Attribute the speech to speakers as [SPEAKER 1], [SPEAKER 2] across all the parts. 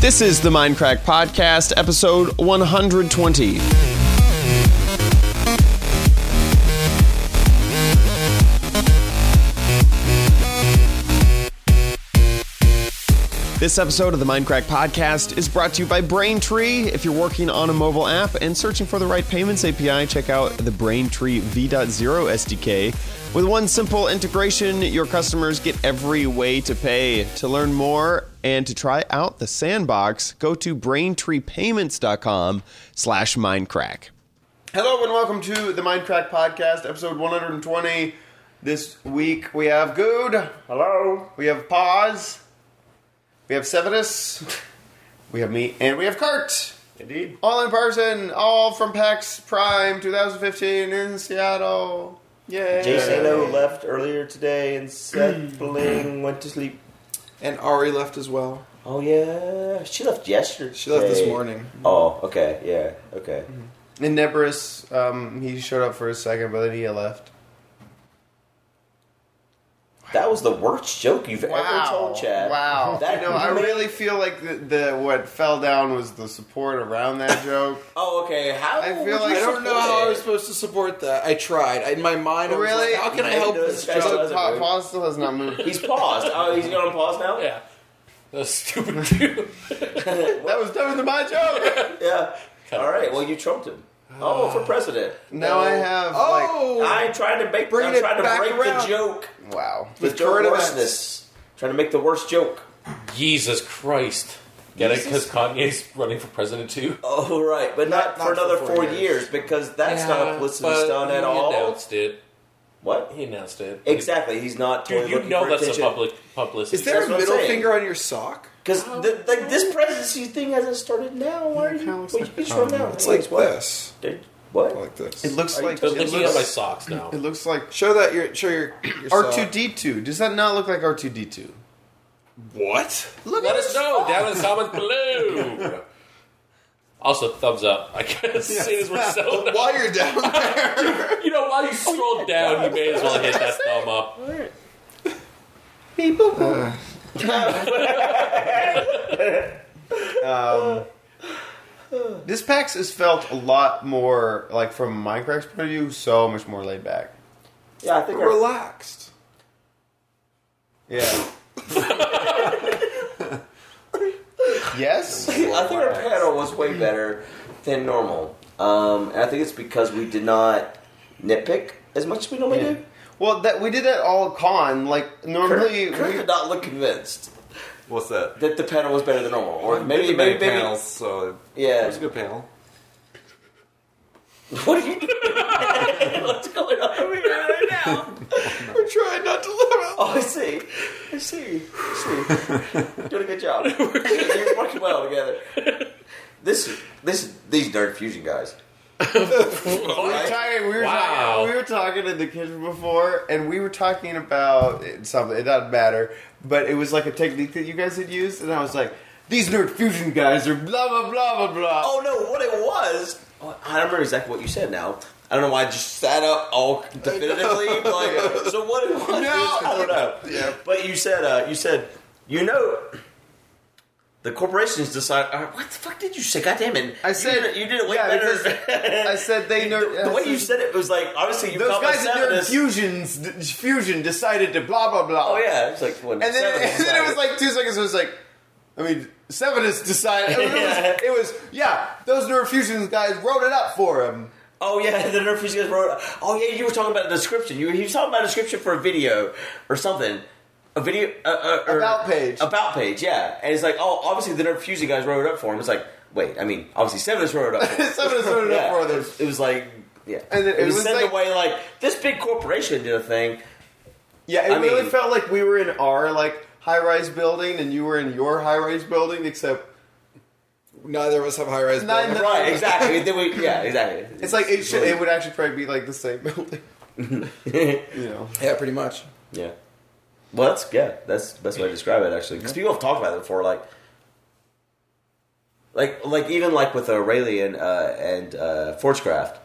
[SPEAKER 1] This is the Mindcrack Podcast, episode 120. This episode of the Mindcrack Podcast is brought to you by Braintree. If you're working on a mobile app and searching for the right payments API, check out the Braintree V.0 SDK. With one simple integration, your customers get every way to pay. To learn more and to try out the sandbox, go to braintreepayments.com slash mindcrack. Hello and welcome to the Mindcrack Podcast, episode 120. This week we have Good.
[SPEAKER 2] Hello.
[SPEAKER 1] We have Pause. We have Severus. We have me. And we have Kurt.
[SPEAKER 2] Indeed.
[SPEAKER 1] All in person. All from PAX Prime 2015 in Seattle. Yay.
[SPEAKER 3] Jay Sano left earlier today and Seth Bling went to sleep.
[SPEAKER 4] And Ari left as well.
[SPEAKER 3] Oh yeah, she left yesterday.
[SPEAKER 4] She left this morning. Mm-hmm.
[SPEAKER 3] Oh, okay, yeah, okay.
[SPEAKER 1] And Nebrus, um, he showed up for a second, but then he left.
[SPEAKER 3] That was the worst joke you've ever told, Chad.
[SPEAKER 1] Wow.
[SPEAKER 3] That-
[SPEAKER 1] you know, I really feel like the, the what fell down was the support around that joke.
[SPEAKER 3] Oh, okay. How?
[SPEAKER 1] I feel
[SPEAKER 3] would
[SPEAKER 1] like-
[SPEAKER 3] you
[SPEAKER 4] I don't know how I was
[SPEAKER 3] support
[SPEAKER 4] supposed to support that. I tried. I, in my mind, I was
[SPEAKER 1] Really?
[SPEAKER 4] like, how can I
[SPEAKER 3] You
[SPEAKER 4] help
[SPEAKER 3] made
[SPEAKER 4] this
[SPEAKER 3] those
[SPEAKER 4] joke?
[SPEAKER 3] guys-
[SPEAKER 1] So
[SPEAKER 3] doesn't
[SPEAKER 1] pa-
[SPEAKER 3] move.
[SPEAKER 1] Paul still has not moved.
[SPEAKER 3] it? He's paused. Oh, he's going on pause now.
[SPEAKER 2] Yeah. Those stupid dude.
[SPEAKER 1] that was that was my joke.
[SPEAKER 3] Yeah. All right. Well, you trumped him. Oh,
[SPEAKER 4] Uh,
[SPEAKER 3] for president.
[SPEAKER 1] now I have
[SPEAKER 4] Oh!
[SPEAKER 3] I tried to make.
[SPEAKER 4] Bringing
[SPEAKER 3] I'm
[SPEAKER 4] it
[SPEAKER 3] trying to
[SPEAKER 4] back
[SPEAKER 3] break the
[SPEAKER 4] around.
[SPEAKER 3] joke.
[SPEAKER 1] like wow.
[SPEAKER 3] The
[SPEAKER 4] With
[SPEAKER 3] joke
[SPEAKER 4] current
[SPEAKER 3] worseness. Trying to make the worst joke.
[SPEAKER 2] Jesus Christ. Get it? Because Kanye's running for president too.
[SPEAKER 3] Oh, right, but not,
[SPEAKER 4] Not-
[SPEAKER 3] for
[SPEAKER 4] not
[SPEAKER 3] another four, years. because that's not a publicity
[SPEAKER 2] but
[SPEAKER 3] stunt at all.
[SPEAKER 2] He announced it.
[SPEAKER 3] What?
[SPEAKER 2] He announced it.
[SPEAKER 3] Exactly. He's not totally
[SPEAKER 2] Dude, you
[SPEAKER 3] looking
[SPEAKER 2] know
[SPEAKER 3] for
[SPEAKER 2] that's
[SPEAKER 3] attention.
[SPEAKER 2] a public Oh, publicity.
[SPEAKER 4] Is there
[SPEAKER 3] That's
[SPEAKER 4] a
[SPEAKER 3] what I'm
[SPEAKER 4] middle
[SPEAKER 3] saying.
[SPEAKER 4] finger on your sock?
[SPEAKER 3] Because like this presidency thing hasn't started now. Why are you?
[SPEAKER 1] How is
[SPEAKER 3] Well, you
[SPEAKER 1] that
[SPEAKER 3] just run down.
[SPEAKER 4] It's like
[SPEAKER 3] what?
[SPEAKER 4] this.
[SPEAKER 3] Dude, What?
[SPEAKER 4] Like this.
[SPEAKER 1] It looks
[SPEAKER 3] Are you
[SPEAKER 1] like
[SPEAKER 2] They're
[SPEAKER 1] it
[SPEAKER 2] looking
[SPEAKER 1] looks-
[SPEAKER 2] at my socks now.
[SPEAKER 1] it looks like
[SPEAKER 4] show that your show your, your
[SPEAKER 1] R two
[SPEAKER 4] sock.
[SPEAKER 1] D two. Does that not look like R two D two?
[SPEAKER 4] What?
[SPEAKER 1] Look
[SPEAKER 2] Let
[SPEAKER 1] at
[SPEAKER 2] us
[SPEAKER 1] us.
[SPEAKER 2] know down in the comments below. Also, thumbs up. I guess it is we're so.
[SPEAKER 4] While you're down there,
[SPEAKER 2] You know, while you
[SPEAKER 1] Oh
[SPEAKER 2] scroll down, you may as well hit that thumb up.
[SPEAKER 1] This PAX has felt a lot more like from Minecraft's point of view, so much more laid back.
[SPEAKER 3] Yeah, I think our-
[SPEAKER 4] relaxed.
[SPEAKER 1] Yeah. yes.
[SPEAKER 3] I think our panel was way better than normal. Um, and I think it's because we did not nitpick as much as we normally do.
[SPEAKER 1] Well, that we did that all con. Like
[SPEAKER 3] Kurt,
[SPEAKER 1] normally,
[SPEAKER 3] Kurt
[SPEAKER 1] we,
[SPEAKER 3] did not look convinced
[SPEAKER 5] What's that?
[SPEAKER 3] that the panel was better than normal, or
[SPEAKER 5] Maybe
[SPEAKER 3] maybe
[SPEAKER 5] many
[SPEAKER 3] maybe, maybe
[SPEAKER 5] panels. So
[SPEAKER 3] Yeah.
[SPEAKER 5] it was a good panel.
[SPEAKER 3] What are you doing? What's going on over here right now?
[SPEAKER 4] We're trying not to live out.
[SPEAKER 3] Oh, I see. I see. I see. Doing a good job. You're working well together. This, this, these nerd fusion guys.
[SPEAKER 1] we were, talking, we, were
[SPEAKER 2] Wow.
[SPEAKER 1] talking, we were talking in the kitchen before, and we were talking about something. It doesn't matter, but it was like a technique that you guys had used, and I was like, "These nerd fusion guys are blah blah blah blah blah."
[SPEAKER 3] Oh no! What it was? oh, I don't remember exactly what you said now. I don't know why I just sat up all definitively. like, so what it was? I don't know.
[SPEAKER 4] Yeah.
[SPEAKER 3] But you said, uh, you said, you know, the corporations decide. Uh, what the fuck did you say? God damn it!
[SPEAKER 1] I said-
[SPEAKER 3] you did it, you did it way
[SPEAKER 1] yeah,
[SPEAKER 3] better.
[SPEAKER 1] because I said they nerd.
[SPEAKER 3] the
[SPEAKER 1] I
[SPEAKER 3] way
[SPEAKER 1] said-
[SPEAKER 3] you said it was like obviously you
[SPEAKER 1] those
[SPEAKER 3] caught my
[SPEAKER 1] guys at Nerd
[SPEAKER 3] savviness.
[SPEAKER 1] Fusions d- Fusion decided to blah blah blah.
[SPEAKER 3] Oh yeah, it's like when
[SPEAKER 1] and then,
[SPEAKER 3] seven
[SPEAKER 1] and then it was
[SPEAKER 3] decided.
[SPEAKER 1] like two seconds. It was like, I mean, Sevenus decided. It was, it was yeah. Those Nerd Fusions guys wrote it up for him.
[SPEAKER 3] Oh yeah, the Nerf Fusion guys wrote. Oh yeah, you were talking about the description. You he was talking about a description for a video or something. A video uh, uh, or,
[SPEAKER 1] About page.
[SPEAKER 3] About page, yeah. And it's like, oh, obviously the Nerf Fusion guys wrote it up for him. It's like, wait, I mean, obviously Seven is wrote it up. For him.
[SPEAKER 1] Sevenus wrote it
[SPEAKER 3] yeah.
[SPEAKER 1] up for them.
[SPEAKER 3] It was like, yeah.
[SPEAKER 1] And it-
[SPEAKER 3] it,
[SPEAKER 1] it
[SPEAKER 3] was,
[SPEAKER 1] was
[SPEAKER 3] said
[SPEAKER 1] like-
[SPEAKER 3] the way like this big corporation did a thing.
[SPEAKER 1] Yeah, it
[SPEAKER 3] I
[SPEAKER 1] really
[SPEAKER 3] mean-
[SPEAKER 1] felt like we were in our like high-rise building, and you were in your high-rise building. Except
[SPEAKER 4] Neither of us have high rise.
[SPEAKER 1] Neither-
[SPEAKER 4] buildings.
[SPEAKER 3] Right, exactly. then we, yeah, exactly.
[SPEAKER 1] it's like it, should, it would actually probably be like the same building. you know,
[SPEAKER 4] Yeah, pretty much.
[SPEAKER 3] Yeah. Well, that's yeah. That's the best way to describe it, actually, because people have talked about it before, like, like, like even like with O'Reilly and uh, and uh, Forgecraft,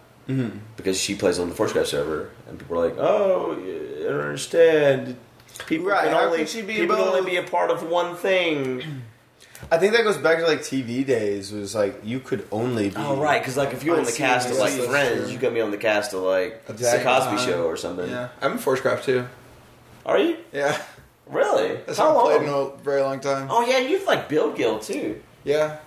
[SPEAKER 3] because she plays on the Forgecraft server, and people are like, "Oh, I don't understand. People
[SPEAKER 1] Right,
[SPEAKER 3] can
[SPEAKER 1] how
[SPEAKER 3] only
[SPEAKER 1] can she be
[SPEAKER 3] people can
[SPEAKER 1] both?"
[SPEAKER 3] only be a part of one thing."
[SPEAKER 1] I think that goes back to like TV days. Was like you could only be
[SPEAKER 3] Oh right, because like if you're on the
[SPEAKER 5] I see,
[SPEAKER 3] cast of
[SPEAKER 5] I
[SPEAKER 3] like
[SPEAKER 5] see,
[SPEAKER 3] Friends,
[SPEAKER 5] sure.
[SPEAKER 3] you could be on the cast of like
[SPEAKER 5] A
[SPEAKER 3] the
[SPEAKER 5] Jack
[SPEAKER 3] Cosby
[SPEAKER 5] Time.
[SPEAKER 3] Show or something.
[SPEAKER 5] Yeah, I'm in Force Craft too.
[SPEAKER 3] Are you
[SPEAKER 5] Yeah,
[SPEAKER 3] really?
[SPEAKER 5] that's
[SPEAKER 3] How
[SPEAKER 5] not played
[SPEAKER 3] long?
[SPEAKER 5] in a very long time.
[SPEAKER 3] Oh yeah, you've like Bill Gill too.
[SPEAKER 5] Yeah,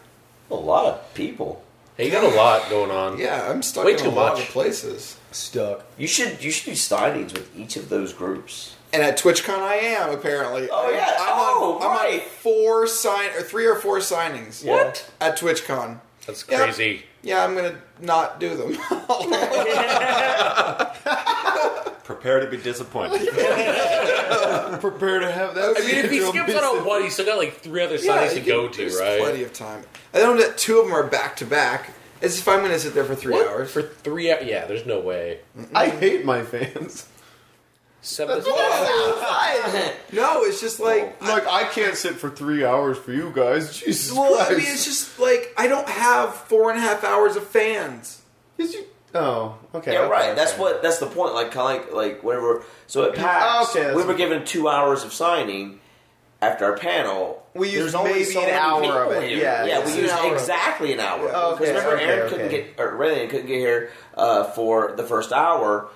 [SPEAKER 3] A lot of people.
[SPEAKER 2] Hey, you got a lot going on.
[SPEAKER 5] yeah, I'm stuck
[SPEAKER 2] Way
[SPEAKER 5] in
[SPEAKER 2] too
[SPEAKER 5] a lot
[SPEAKER 2] much.
[SPEAKER 5] of places.
[SPEAKER 1] stuck.
[SPEAKER 3] You should you should do signings with each of those groups.
[SPEAKER 5] And at TwitchCon, I am apparently.
[SPEAKER 3] Oh,
[SPEAKER 5] I'm,
[SPEAKER 3] yeah.
[SPEAKER 5] I'm
[SPEAKER 3] Oh,
[SPEAKER 5] on, I'm on
[SPEAKER 3] right.
[SPEAKER 5] four sign or three or four signings.
[SPEAKER 3] What?
[SPEAKER 5] at TwitchCon?
[SPEAKER 2] That's
[SPEAKER 5] Yeah.
[SPEAKER 2] crazy.
[SPEAKER 5] Yeah, I'm gonna not do them.
[SPEAKER 1] Prepare to be disappointed. Prepare to have that.
[SPEAKER 2] I mean, if he skips out on one, he's still got like three other
[SPEAKER 5] Yeah,
[SPEAKER 2] signings
[SPEAKER 5] you
[SPEAKER 2] to
[SPEAKER 5] can-
[SPEAKER 2] go to,
[SPEAKER 5] there's
[SPEAKER 2] right?
[SPEAKER 5] Plenty of time. I don't know that two of them are back to back. It's if I'm going to sit there for three
[SPEAKER 2] What?
[SPEAKER 5] hours.
[SPEAKER 2] For three hours? Yeah, there's no way.
[SPEAKER 1] I hate my fans.
[SPEAKER 2] Seven.
[SPEAKER 5] no, it's just like.
[SPEAKER 1] Like I can't sit for three hours for you guys. Jesus
[SPEAKER 5] Well,
[SPEAKER 1] Christ.
[SPEAKER 5] I mean, it's just like I don't have four and a half hours of fans.
[SPEAKER 1] Did you? Oh, okay.
[SPEAKER 3] Yeah,
[SPEAKER 1] okay,
[SPEAKER 3] right. That's
[SPEAKER 1] okay.
[SPEAKER 3] what that's the point. Like kind of like, like whenever so at PAX
[SPEAKER 1] Okay, that's
[SPEAKER 3] we were
[SPEAKER 1] okay.
[SPEAKER 3] given two hours of signing after our panel.
[SPEAKER 5] We
[SPEAKER 1] There's
[SPEAKER 5] use
[SPEAKER 1] only
[SPEAKER 5] maybe
[SPEAKER 1] so
[SPEAKER 5] an
[SPEAKER 1] many
[SPEAKER 5] hour
[SPEAKER 1] people
[SPEAKER 5] of it.
[SPEAKER 1] here.
[SPEAKER 3] Yeah,
[SPEAKER 1] Yeah,
[SPEAKER 3] yeah,
[SPEAKER 1] it's
[SPEAKER 3] we
[SPEAKER 1] an
[SPEAKER 3] used
[SPEAKER 1] hour of it.
[SPEAKER 3] exactly an hour.
[SPEAKER 1] Yeah, okay,
[SPEAKER 3] 'Cause remember,
[SPEAKER 1] okay,
[SPEAKER 3] Aaron
[SPEAKER 1] okay.
[SPEAKER 3] couldn't get, or Raylan couldn't get here uh, for the first hour,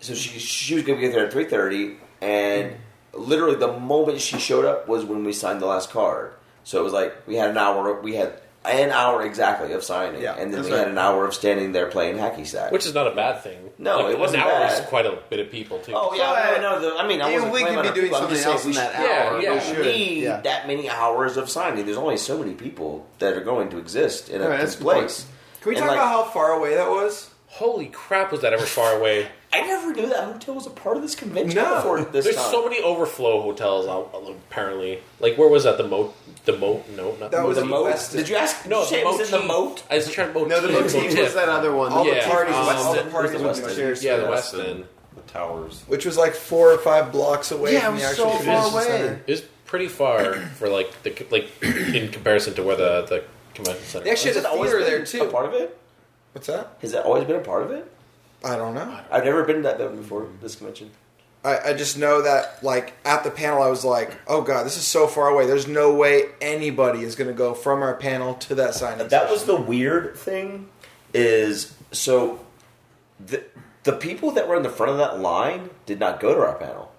[SPEAKER 3] so she she was going to get there at three thirty, and literally the moment she showed up was when we signed the last card. So it was like we had an hour. We had an hour exactly of signing,
[SPEAKER 5] Yeah,
[SPEAKER 3] and then
[SPEAKER 5] that's
[SPEAKER 3] we
[SPEAKER 5] right.
[SPEAKER 3] had an hour of standing there playing hacky sack.
[SPEAKER 2] Which is not a bad thing.
[SPEAKER 3] No,
[SPEAKER 2] Like,
[SPEAKER 3] it wasn't
[SPEAKER 2] An hour
[SPEAKER 3] bad.
[SPEAKER 2] is quite a bit of people too.
[SPEAKER 3] oh yeah,
[SPEAKER 1] But-
[SPEAKER 3] no, no. The, I mean, I
[SPEAKER 1] Yeah,
[SPEAKER 3] wasn't
[SPEAKER 1] uh, we
[SPEAKER 3] complaining
[SPEAKER 1] could be
[SPEAKER 3] about
[SPEAKER 1] doing
[SPEAKER 3] people. I'm just
[SPEAKER 1] something else
[SPEAKER 3] saying
[SPEAKER 1] in that
[SPEAKER 2] should-
[SPEAKER 1] hour. We
[SPEAKER 2] yeah, yeah.
[SPEAKER 1] should.
[SPEAKER 3] We need
[SPEAKER 1] Yeah.
[SPEAKER 3] that many hours of signing. There's only so many people that are going to exist in a
[SPEAKER 1] Alright, that's a good
[SPEAKER 3] place.
[SPEAKER 5] Can we
[SPEAKER 3] And,
[SPEAKER 5] talk
[SPEAKER 3] like,
[SPEAKER 5] about how far away that was?
[SPEAKER 2] Holy crap! Was that ever far away?
[SPEAKER 3] I never knew that hotel was a part of this convention
[SPEAKER 5] No.
[SPEAKER 3] before this
[SPEAKER 2] There's
[SPEAKER 3] time.
[SPEAKER 2] so many overflow hotels out- apparently. Like where was that? The moat? The moat? No, not
[SPEAKER 5] That
[SPEAKER 2] the
[SPEAKER 5] was
[SPEAKER 3] the
[SPEAKER 2] moat.
[SPEAKER 3] moat.
[SPEAKER 5] Westin.
[SPEAKER 3] Did you ask?
[SPEAKER 2] No,
[SPEAKER 3] did you say
[SPEAKER 2] the
[SPEAKER 3] it
[SPEAKER 2] moat.
[SPEAKER 3] was in the moat.
[SPEAKER 2] I was trying moat.
[SPEAKER 1] No, the motif was that other one.
[SPEAKER 5] All
[SPEAKER 2] Yeah,
[SPEAKER 5] the parties,
[SPEAKER 2] um,
[SPEAKER 5] all the
[SPEAKER 3] Westin.
[SPEAKER 5] parties
[SPEAKER 3] Westin.
[SPEAKER 5] would be shared
[SPEAKER 2] Yeah, the
[SPEAKER 5] space,
[SPEAKER 2] West End.
[SPEAKER 6] The towers.
[SPEAKER 5] which was like four or five blocks away
[SPEAKER 1] Yeah, it
[SPEAKER 5] from the
[SPEAKER 1] was
[SPEAKER 5] actual
[SPEAKER 1] so far
[SPEAKER 5] convention
[SPEAKER 1] away.
[SPEAKER 5] center.
[SPEAKER 2] It's uh, pretty far for like the like in comparison to where the the convention center.
[SPEAKER 5] They actually
[SPEAKER 2] was.
[SPEAKER 5] had a
[SPEAKER 3] always
[SPEAKER 5] theater
[SPEAKER 3] been
[SPEAKER 5] there too.
[SPEAKER 3] A part of it?
[SPEAKER 5] What's that?
[SPEAKER 3] Has that always been a part of it?
[SPEAKER 5] I don't know.
[SPEAKER 3] I've never been to that building before this convention.
[SPEAKER 5] I, I just know that like at the panel I was like, oh god, this is so far away. There's no way anybody is gonna go from our panel to that sign.
[SPEAKER 3] That was the weird thing. Is so the the people that were in the front of that line did not go to our panel.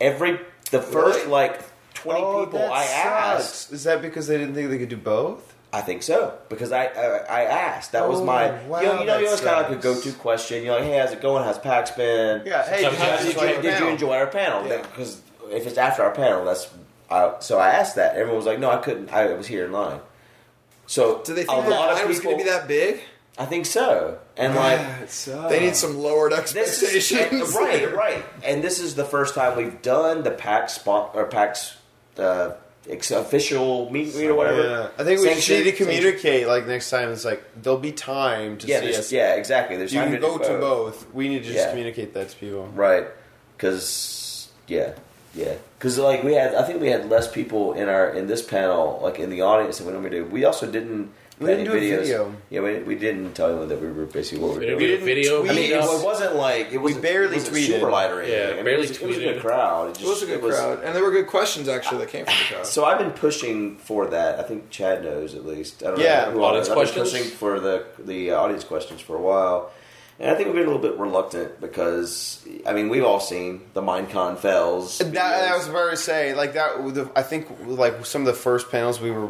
[SPEAKER 3] Every the first
[SPEAKER 5] Really? Oh,
[SPEAKER 3] like twenty
[SPEAKER 1] Oh,
[SPEAKER 3] people I asked.
[SPEAKER 1] Is that because they didn't think they could do both?
[SPEAKER 3] I think so because I uh, I, I asked. That was
[SPEAKER 1] Oh,
[SPEAKER 3] my
[SPEAKER 1] wow,
[SPEAKER 3] you know, you know
[SPEAKER 1] that
[SPEAKER 3] it was kind of like a
[SPEAKER 1] sucks.
[SPEAKER 3] go-to question. You're like, hey, how's it going? How's PAX been?
[SPEAKER 1] Yeah. Hey,
[SPEAKER 2] Sometimes
[SPEAKER 3] Did,
[SPEAKER 2] it's
[SPEAKER 3] you,
[SPEAKER 2] like
[SPEAKER 3] did you enjoy our panel?
[SPEAKER 5] Yeah.
[SPEAKER 3] Because if it's after our panel, that's I, so I asked that. Everyone was like, no, I couldn't. I was here in line. So
[SPEAKER 5] Do they
[SPEAKER 3] a
[SPEAKER 5] think that
[SPEAKER 3] lot
[SPEAKER 5] line
[SPEAKER 3] of
[SPEAKER 5] was
[SPEAKER 3] people.
[SPEAKER 5] gonna be that big?
[SPEAKER 3] I think so, and like.
[SPEAKER 5] They need some lowered
[SPEAKER 3] This is and-
[SPEAKER 5] expectations.
[SPEAKER 3] right, right, and this is the first time we've done the PAX spot or PAX uh, ex- official meet and greet or whatever.
[SPEAKER 1] Yeah. I think we just
[SPEAKER 3] Sanction-
[SPEAKER 1] need to communicate. Like next time, it's like there'll be time to
[SPEAKER 3] Yeah,
[SPEAKER 1] see
[SPEAKER 3] there's-
[SPEAKER 1] us.
[SPEAKER 3] yeah, exactly. There's
[SPEAKER 1] You
[SPEAKER 3] time
[SPEAKER 1] can
[SPEAKER 3] do
[SPEAKER 1] go to both. We need to just
[SPEAKER 3] Yeah.
[SPEAKER 1] communicate that to people.
[SPEAKER 3] Right. Because yeah, yeah. Because like we had, I think we had less people in our in this panel, like in the audience, than we normally do. We also didn't.
[SPEAKER 1] We
[SPEAKER 3] put
[SPEAKER 1] didn't
[SPEAKER 3] any
[SPEAKER 1] do a
[SPEAKER 3] videos.
[SPEAKER 1] video.
[SPEAKER 3] Yeah, we, we didn't tell anyone that we were basically what we were
[SPEAKER 2] We
[SPEAKER 3] doing.
[SPEAKER 2] didn't do a
[SPEAKER 1] didn't
[SPEAKER 2] video.
[SPEAKER 1] tweet.
[SPEAKER 3] I mean, it
[SPEAKER 2] meetup.
[SPEAKER 3] was- it wasn't like it was
[SPEAKER 1] barely
[SPEAKER 3] it was
[SPEAKER 1] tweeted.
[SPEAKER 3] super light or anything.
[SPEAKER 2] Yeah,
[SPEAKER 3] I mean,
[SPEAKER 2] barely
[SPEAKER 3] it was, It was a good
[SPEAKER 2] tweeted.
[SPEAKER 3] crowd. It, just,
[SPEAKER 5] It was a good crowd, and there were good questions actually that came from the crowd.
[SPEAKER 3] So I've been pushing for that. I think Chad knows at least. I don't
[SPEAKER 1] Yeah,
[SPEAKER 3] know who
[SPEAKER 2] audience
[SPEAKER 3] I've been
[SPEAKER 2] questions?
[SPEAKER 3] pushing for the the uh, audience questions for a while, and I think we've been a little bit reluctant because I mean we've all seen the MindCon fails.
[SPEAKER 1] That, that was very say like that. The, I think like some of the first panels we were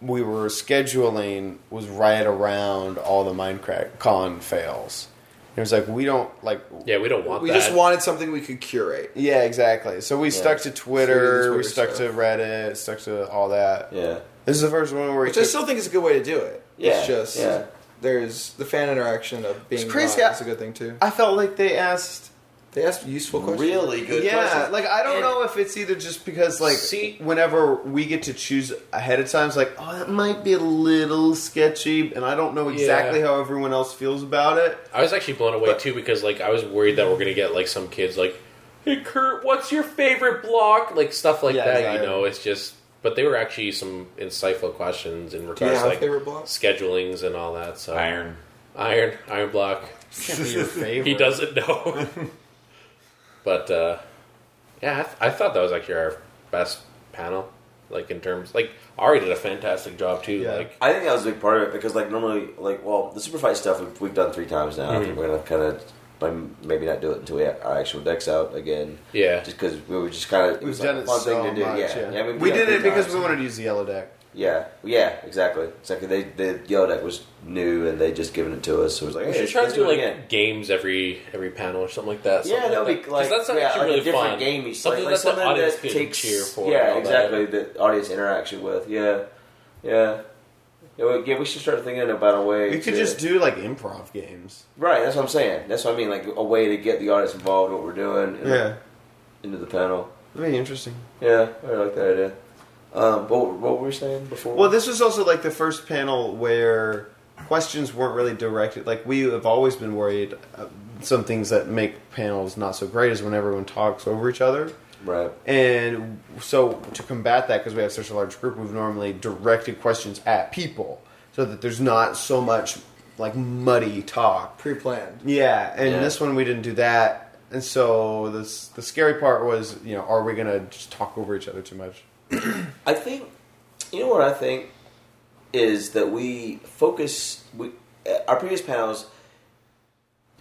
[SPEAKER 1] we were scheduling was right around all the Minecraft con fails. It was like we don't like
[SPEAKER 2] yeah, we don't want
[SPEAKER 5] we
[SPEAKER 2] that.
[SPEAKER 5] just wanted something we could curate.
[SPEAKER 1] yeah exactly. So we stuck to
[SPEAKER 5] Twitter,
[SPEAKER 1] Twitter, we
[SPEAKER 5] Twitter
[SPEAKER 1] stuck to
[SPEAKER 5] stuff.
[SPEAKER 1] Reddit, stuck to all that.
[SPEAKER 3] yeah,
[SPEAKER 1] This is the first one where we
[SPEAKER 5] Which I
[SPEAKER 1] took-
[SPEAKER 5] still think is a good way to do it.
[SPEAKER 3] Yeah,
[SPEAKER 5] It's just
[SPEAKER 3] yeah.
[SPEAKER 5] there's the fan interaction of being
[SPEAKER 1] It's crazy,
[SPEAKER 5] live
[SPEAKER 1] I-
[SPEAKER 5] is a good thing too.
[SPEAKER 1] I felt like they asked
[SPEAKER 5] They asked useful questions.
[SPEAKER 3] really good.
[SPEAKER 1] yeah,
[SPEAKER 3] questions.
[SPEAKER 1] like I don't
[SPEAKER 3] And-
[SPEAKER 1] know if it's either just because like
[SPEAKER 2] See-
[SPEAKER 1] whenever we get to choose ahead of time, it's like oh that might be a little sketchy, and I don't know exactly
[SPEAKER 2] Yeah.
[SPEAKER 1] how everyone else feels about it.
[SPEAKER 2] I was actually blown away too because like I was worried that we're gonna get like some kids like, "Hey Kurt, what's your favorite block?" Like stuff like
[SPEAKER 1] Yeah,
[SPEAKER 2] that.
[SPEAKER 1] exactly.
[SPEAKER 2] You know, it's just. But they were actually some insightful questions in
[SPEAKER 5] Do you
[SPEAKER 2] regards
[SPEAKER 5] have
[SPEAKER 2] to like
[SPEAKER 5] favorite blocks?
[SPEAKER 2] schedulings and all that. So
[SPEAKER 6] Iron.
[SPEAKER 2] iron, iron block.
[SPEAKER 1] Can't be your favorite.
[SPEAKER 2] He doesn't know. but uh, yeah, I, th- I thought that was actually our best panel. Like in terms, like Ari did a fantastic job too.
[SPEAKER 1] Yeah.
[SPEAKER 2] Like
[SPEAKER 3] I think that was a big part of it because, like, normally, like, well, the super fight stuff we've, we've done three times now.
[SPEAKER 2] Mm-hmm.
[SPEAKER 3] I think we're gonna kind of, but maybe not do it until we have our actual decks out again.
[SPEAKER 2] Yeah.
[SPEAKER 3] just because we were just kind of
[SPEAKER 1] We've done it so much. Yeah,
[SPEAKER 3] yeah. we've
[SPEAKER 1] we
[SPEAKER 3] done
[SPEAKER 1] did
[SPEAKER 3] three
[SPEAKER 1] it because
[SPEAKER 3] times.
[SPEAKER 1] we wanted to use the yellow deck.
[SPEAKER 3] Yeah, yeah, exactly, exactly. They the yellow deck was new and they just given it to us. So it was like,
[SPEAKER 2] we
[SPEAKER 3] hey,
[SPEAKER 2] should try to
[SPEAKER 3] let's
[SPEAKER 2] do
[SPEAKER 3] it
[SPEAKER 2] like
[SPEAKER 3] again.
[SPEAKER 2] games every every panel or something like that.
[SPEAKER 3] Yeah,
[SPEAKER 2] Something
[SPEAKER 3] that would
[SPEAKER 2] like
[SPEAKER 3] be like
[SPEAKER 2] 'cause that's
[SPEAKER 3] yeah,
[SPEAKER 2] actually
[SPEAKER 3] like
[SPEAKER 2] really
[SPEAKER 3] a different
[SPEAKER 2] fun.
[SPEAKER 3] game each.
[SPEAKER 2] Something
[SPEAKER 3] like,
[SPEAKER 2] that the
[SPEAKER 3] something
[SPEAKER 2] audience
[SPEAKER 3] that
[SPEAKER 2] can
[SPEAKER 3] takes,
[SPEAKER 2] cheer for and all
[SPEAKER 3] Yeah,
[SPEAKER 2] that.
[SPEAKER 3] exactly. The audience interaction with. Yeah, yeah, yeah. We, yeah, we should start thinking about a way.
[SPEAKER 1] We could
[SPEAKER 3] to-
[SPEAKER 1] just do like improv games.
[SPEAKER 3] right. That's what I'm saying. That's what I mean. Like a way to get the audience involved in what we're doing. and into the panel.
[SPEAKER 1] that'd be interesting.
[SPEAKER 3] Yeah, I like that idea. Um, what, what were we saying before?
[SPEAKER 1] Well, this was also like the first panel where questions weren't really directed. Like we have always been worried. Uh, some things that make panels not so great is when everyone talks over each other.
[SPEAKER 3] right.
[SPEAKER 1] And so to combat that, because we have such a large group, we've normally directed questions at people so that there's not so much like muddy talk.
[SPEAKER 5] pre-planned.
[SPEAKER 1] Yeah, and
[SPEAKER 3] Yeah.
[SPEAKER 1] this one we didn't do that. And so this the scary part was, you know, are we gonna just talk over each other too much?
[SPEAKER 3] I think you know what I think is that we focus we uh, our previous panels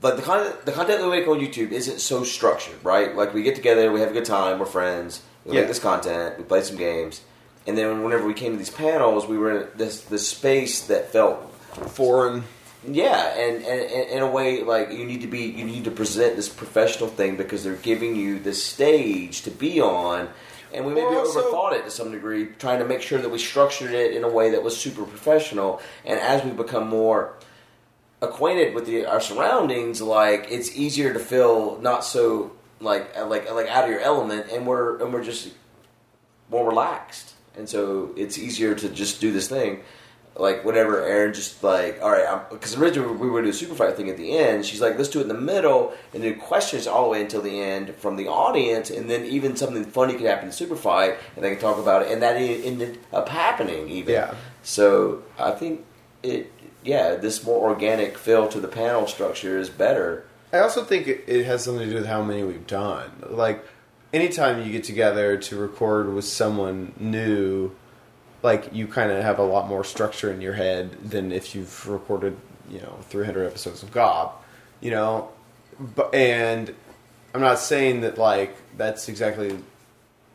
[SPEAKER 3] like the content the content that we make on YouTube isn't so structured, right? Like we get together, we have a good time, we're friends, we
[SPEAKER 1] Yeah.
[SPEAKER 3] make this content, we play some games, and then whenever we came to these panels, we were in this this space that felt
[SPEAKER 1] Foreign.
[SPEAKER 3] yeah, and, and, and in a way, like you need to be, you need to present this professional thing because they're giving you the stage to be on, and we maybe
[SPEAKER 5] Well, also-
[SPEAKER 3] overthought it to some degree, trying to make sure that we structured it in a way that was super professional. And as we become more acquainted with the, our surroundings, like it's easier to feel not so like like like out of your element, and we're and we're just more relaxed, and so it's easier to just do this thing. Like whenever Aaron just like, all right, because originally we were doing a super fight thing at the end. She's like, let's do it in the middle, and do questions all the way until the end from the audience, and then even something funny could happen in super fight, and they can talk about it, and that e- ended up happening even.
[SPEAKER 1] Yeah.
[SPEAKER 3] So I think it, yeah, this more organic feel to the panel structure is better.
[SPEAKER 1] I also think it, it has something to do with how many we've done. Like, anytime you get together to record with someone new, like, you kind of have a lot more structure in your head than if you've recorded, you know, 300 episodes of Gob, you know? But, and I'm not saying that, like, that's exactly